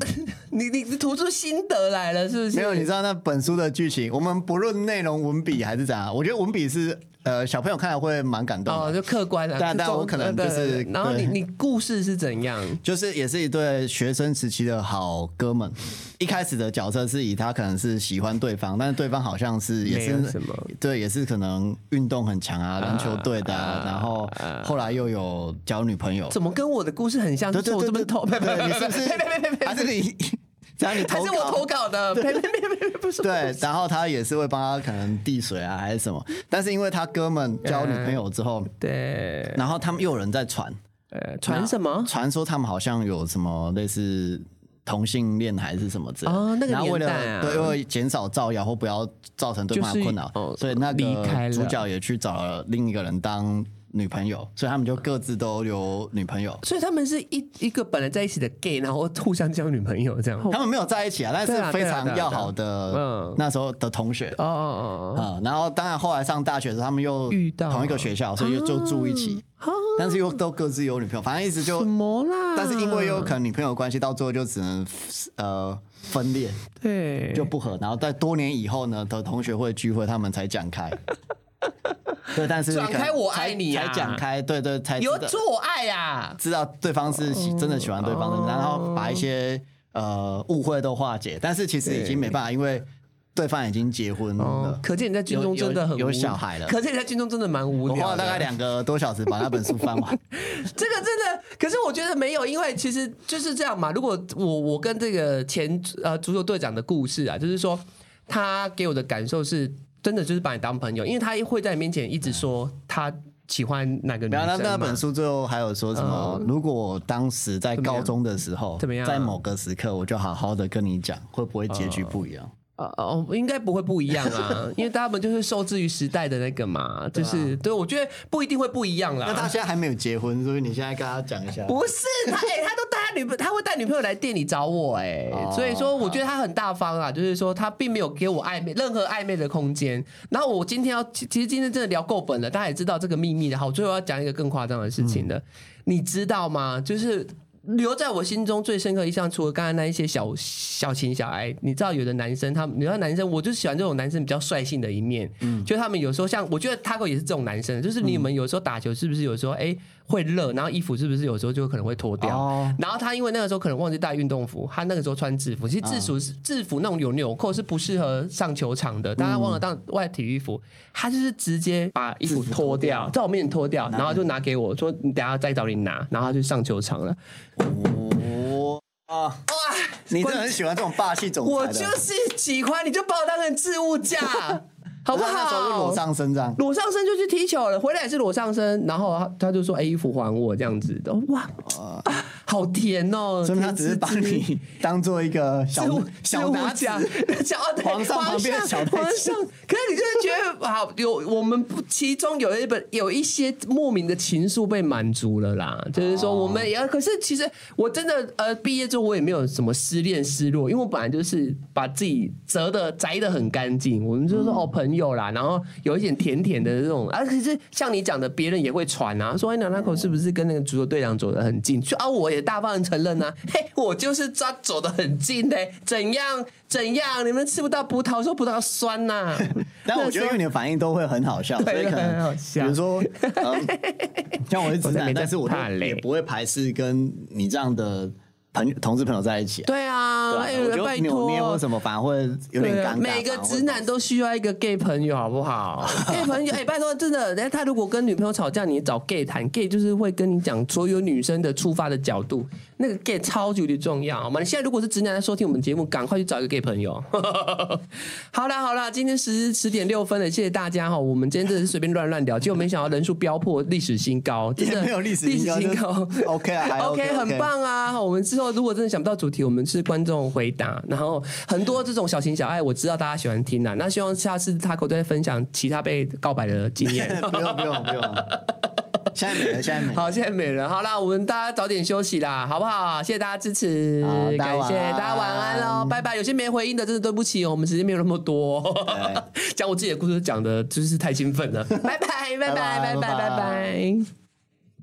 [SPEAKER 2] 你你你吐出心得来了是不是？
[SPEAKER 3] 没有，你知道那本书的剧情，我们不论内容、文笔还是怎样，我觉得文笔是呃小朋友看了会蛮感动的。
[SPEAKER 2] 哦，就客观啊。
[SPEAKER 3] 对啊对啊
[SPEAKER 2] 中
[SPEAKER 3] 我可能就是
[SPEAKER 2] 对对对然后你
[SPEAKER 3] 对
[SPEAKER 2] 你故事是怎样？
[SPEAKER 3] 就是也是一对学生时期的好哥们。一开始的角色是以他可能是喜欢对方，但是对方好像是也
[SPEAKER 2] 没有
[SPEAKER 3] 是
[SPEAKER 2] 什么
[SPEAKER 3] 对，也是可能运动很强啊，篮球队的、啊，然后后来又有交女朋友。
[SPEAKER 2] 怎么跟我的故事很像？
[SPEAKER 3] 对
[SPEAKER 2] 是
[SPEAKER 3] 对
[SPEAKER 2] 我
[SPEAKER 3] 对
[SPEAKER 2] 这么
[SPEAKER 3] 对，
[SPEAKER 2] 投，呸呸呸
[SPEAKER 3] 对你是
[SPEAKER 2] 呸
[SPEAKER 3] 不是
[SPEAKER 2] 呸呸 呸呸？
[SPEAKER 3] 还是啊你？只要你
[SPEAKER 2] 还
[SPEAKER 3] 投
[SPEAKER 2] 是我
[SPEAKER 3] 稿
[SPEAKER 2] 投稿 的，呸呸呸呸呸，不是。
[SPEAKER 3] 对，然后他也是会帮他可能递水啊还是什么，但是因为他哥们交女朋友之后，
[SPEAKER 2] 对，
[SPEAKER 3] 然后他们又有人在传，
[SPEAKER 2] 呃，传什么？
[SPEAKER 3] 传说他们好像有什么类似同性恋还是什么之类的
[SPEAKER 2] 哦那个
[SPEAKER 3] 然后为了、
[SPEAKER 2] 年代啊
[SPEAKER 3] 对，为了减少造谣或不要造成对方
[SPEAKER 2] 就
[SPEAKER 3] 的
[SPEAKER 2] 是
[SPEAKER 3] 困扰，
[SPEAKER 2] 哦
[SPEAKER 3] 所以那
[SPEAKER 2] 离开
[SPEAKER 3] 个
[SPEAKER 2] 了
[SPEAKER 3] 主角也去找了另一个人当女朋友，所以他们就各自都有女朋友。
[SPEAKER 2] 所以他们是一一个本来在一起的 gay，然后互相交女朋友这样。哦
[SPEAKER 3] 他们没有在一起啊，但
[SPEAKER 2] 对啊
[SPEAKER 3] 是非
[SPEAKER 2] 对啊对啊
[SPEAKER 3] 常要好的、
[SPEAKER 2] 对啊嗯
[SPEAKER 3] 那时候的同学
[SPEAKER 2] 哦哦
[SPEAKER 3] 啊、然后当然后来上大学的时候，他们又
[SPEAKER 2] 遇到
[SPEAKER 3] 同一个学校，所以又就住一起，
[SPEAKER 2] 哦，
[SPEAKER 3] 但是又都各自有女朋友，反正一直
[SPEAKER 2] 啊
[SPEAKER 3] 就
[SPEAKER 2] 什么啦？
[SPEAKER 3] 但是因为有可能女朋友关系，到最后就只能呃分裂，
[SPEAKER 2] 对，
[SPEAKER 3] 就不合。然后在多年以后呢的同学会聚会，他们才 讲开。对，但是
[SPEAKER 2] 转开
[SPEAKER 3] 可能
[SPEAKER 2] 我
[SPEAKER 3] 才
[SPEAKER 2] 爱你啊
[SPEAKER 3] 才讲开，对对，才知
[SPEAKER 2] 有
[SPEAKER 3] 道
[SPEAKER 2] 做爱啊。
[SPEAKER 3] 知道对方是喜真的喜欢对方
[SPEAKER 2] 哦
[SPEAKER 3] 的，然后把一些呃误会都化解。但是其实已经没办法，因为对方已经结婚
[SPEAKER 2] 哦
[SPEAKER 3] 了，。
[SPEAKER 2] 可见你在军中真的很
[SPEAKER 3] 有有
[SPEAKER 2] 无
[SPEAKER 3] 有小孩了
[SPEAKER 2] 可见你在军中真的蛮无聊
[SPEAKER 3] 我
[SPEAKER 2] 的。
[SPEAKER 3] 花了大概两个多小时把那本书翻完，
[SPEAKER 2] 这个真的，可是我觉得没有，因为其实就是这样嘛。如果我我跟这个前呃足球队长的故事啊，就是说他给我的感受是真的就是把你当朋友，因为他会在你面前一直说他喜欢哪个女
[SPEAKER 3] 然
[SPEAKER 2] 生
[SPEAKER 3] 后
[SPEAKER 2] 嘛。呃
[SPEAKER 3] 那那本书最后还有说什么？如果我当时在高中的时候，
[SPEAKER 2] 怎么样
[SPEAKER 3] 在某个时刻，我就好好的跟你讲，会不会结局不一样？
[SPEAKER 2] 呃哦，应该不会不一样 啊，因为他们就是受制于时代的那个嘛，就是对，我觉得不一定会不一样
[SPEAKER 3] 那他
[SPEAKER 2] 啦。
[SPEAKER 3] 现在还没有结婚，所以你现在跟他 讲一下。
[SPEAKER 2] 不是他，哎、他都带他女朋友，他会带女朋友来店里找我、哎、
[SPEAKER 3] 哦
[SPEAKER 2] 所以说我觉得他很大方啊，就是说他并没有给我暧昧任何暧昧的空间。然后我今天要，其其实今天真的聊够本了，大家也知道这个秘密的。好，最后要讲一个更夸张的事情了，你知道吗？就是留在我心中最深刻的印象，除了刚才那一些小小情小爱，你知道有的男生他，你知道男生，我就喜欢这种男生比较率性的一面，嗯，就他们有时候像，我觉得 Taco 也是这种男生，就是你们有时候打球是不是有时候哎、会热，然后衣服是不是有时候就可能会脱掉，
[SPEAKER 3] 哦
[SPEAKER 2] 然后他因为那个时候可能忘记带运动服，他那个时候穿制服，其实制服是、制服那种有纽扣是不适合上球场的，但他忘了当外体育服，他就是直接把衣服
[SPEAKER 3] 制服
[SPEAKER 2] 脱
[SPEAKER 3] 脱掉
[SPEAKER 2] 掉，在我面前脱掉，然后就拿给我说你等一下再找你拿，然后他就上球场了。
[SPEAKER 3] 哦啊哇！你真的很喜欢这种霸气总裁的。
[SPEAKER 2] 我就是喜欢，你就把我当成置物 架，好不
[SPEAKER 3] 可是他那时候就
[SPEAKER 2] 好？
[SPEAKER 3] 裸上身这样。
[SPEAKER 2] 裸上身就去踢球了，回来也是裸上身，然后他他就说：“哎、衣服还我这样子的，哇，啊好甜哦、
[SPEAKER 3] 所以他只是 把
[SPEAKER 2] 甜滋滋
[SPEAKER 3] 你当做一个小
[SPEAKER 2] 置物
[SPEAKER 3] 小拿
[SPEAKER 2] 置
[SPEAKER 3] 奖，
[SPEAKER 2] 物架小哦对
[SPEAKER 3] 皇上旁边的小
[SPEAKER 2] 皇
[SPEAKER 3] 太
[SPEAKER 2] 上
[SPEAKER 3] 监
[SPEAKER 2] 皇上，可是你就是觉得好有我们不其中有一本有一些莫名的情愫被满足了啦，就是说我
[SPEAKER 3] 哦
[SPEAKER 2] 们也要，可是其实我真的呃毕业之后我也没有什么失恋失落，因为我本来就是把自己折的摘的很干净，我们就是说哦朋友啦，然后有一点甜甜的这种，啊可是像你讲的，别人也会传啊，说哎南大口是不是跟那个足球队长走得很近？就啊我也大方地承认啊，嘿我就是抓走得很近的、怎样怎样，你们吃不到葡萄说葡萄酸呐、
[SPEAKER 3] 但我觉得因为你的反应都会很好笑，所
[SPEAKER 2] 对
[SPEAKER 3] 以可
[SPEAKER 2] 很好
[SPEAKER 3] 能比
[SPEAKER 2] 笑
[SPEAKER 3] 如说，嗯， 像我是直
[SPEAKER 4] 我在没
[SPEAKER 3] 男，
[SPEAKER 4] 在
[SPEAKER 3] 但是我就
[SPEAKER 4] 怕嘞
[SPEAKER 3] 也不会排斥跟你这样的朋友、同志朋友在一起啊。
[SPEAKER 2] 对啊， 哎、
[SPEAKER 3] 我觉得
[SPEAKER 2] 拜
[SPEAKER 3] 扭捏
[SPEAKER 2] 托
[SPEAKER 3] 或，什么反而会有点
[SPEAKER 2] 对啊
[SPEAKER 3] 尴尬。
[SPEAKER 2] 每个
[SPEAKER 3] 反而会
[SPEAKER 2] 直男都需要一个 gay 朋友，好不好 ？gay 朋友，哎、拜托，真的，人家他如果跟女朋友吵架，你找 gay 谈，gay 就是会跟你讲所有女生的出发的角度，那个 gay 超级的重要，好吗？你现在如果是直男在收听我们节目，赶快去找一个 gay 朋友。 好啦好啦，今天十十点六分了，谢谢大家哈。我们今天真的是随便乱乱聊，结果没想到人数飙破历史新高，真
[SPEAKER 3] 也
[SPEAKER 2] 的
[SPEAKER 3] 没有历史新高
[SPEAKER 2] 历史新高
[SPEAKER 3] 就是 OK 啊还
[SPEAKER 2] OK，
[SPEAKER 3] OK，OK
[SPEAKER 2] 很棒啊！好我们之后如果真的想不到主题，我们是观众回答，然后很多这种小情小爱，我知道大家喜欢听啦。那希望下次 Taco 再分享其他被告白的经验。
[SPEAKER 3] 不用不用 不用，现在没了，现在没了。
[SPEAKER 2] 好，现在没人。好啦，我们大家早点休息啦，好不好？谢谢大家支持
[SPEAKER 3] 好，大家
[SPEAKER 2] 感谢
[SPEAKER 3] 晚安
[SPEAKER 2] 大家晚安喽，拜拜。有些没回应的，真的对不起哦，我们时间没有那么多。
[SPEAKER 3] 对
[SPEAKER 2] 讲我自己的故事讲的就是太兴奋了，拜拜，拜拜，拜
[SPEAKER 3] 拜拜
[SPEAKER 2] 拜，拜
[SPEAKER 3] 拜拜
[SPEAKER 2] 拜。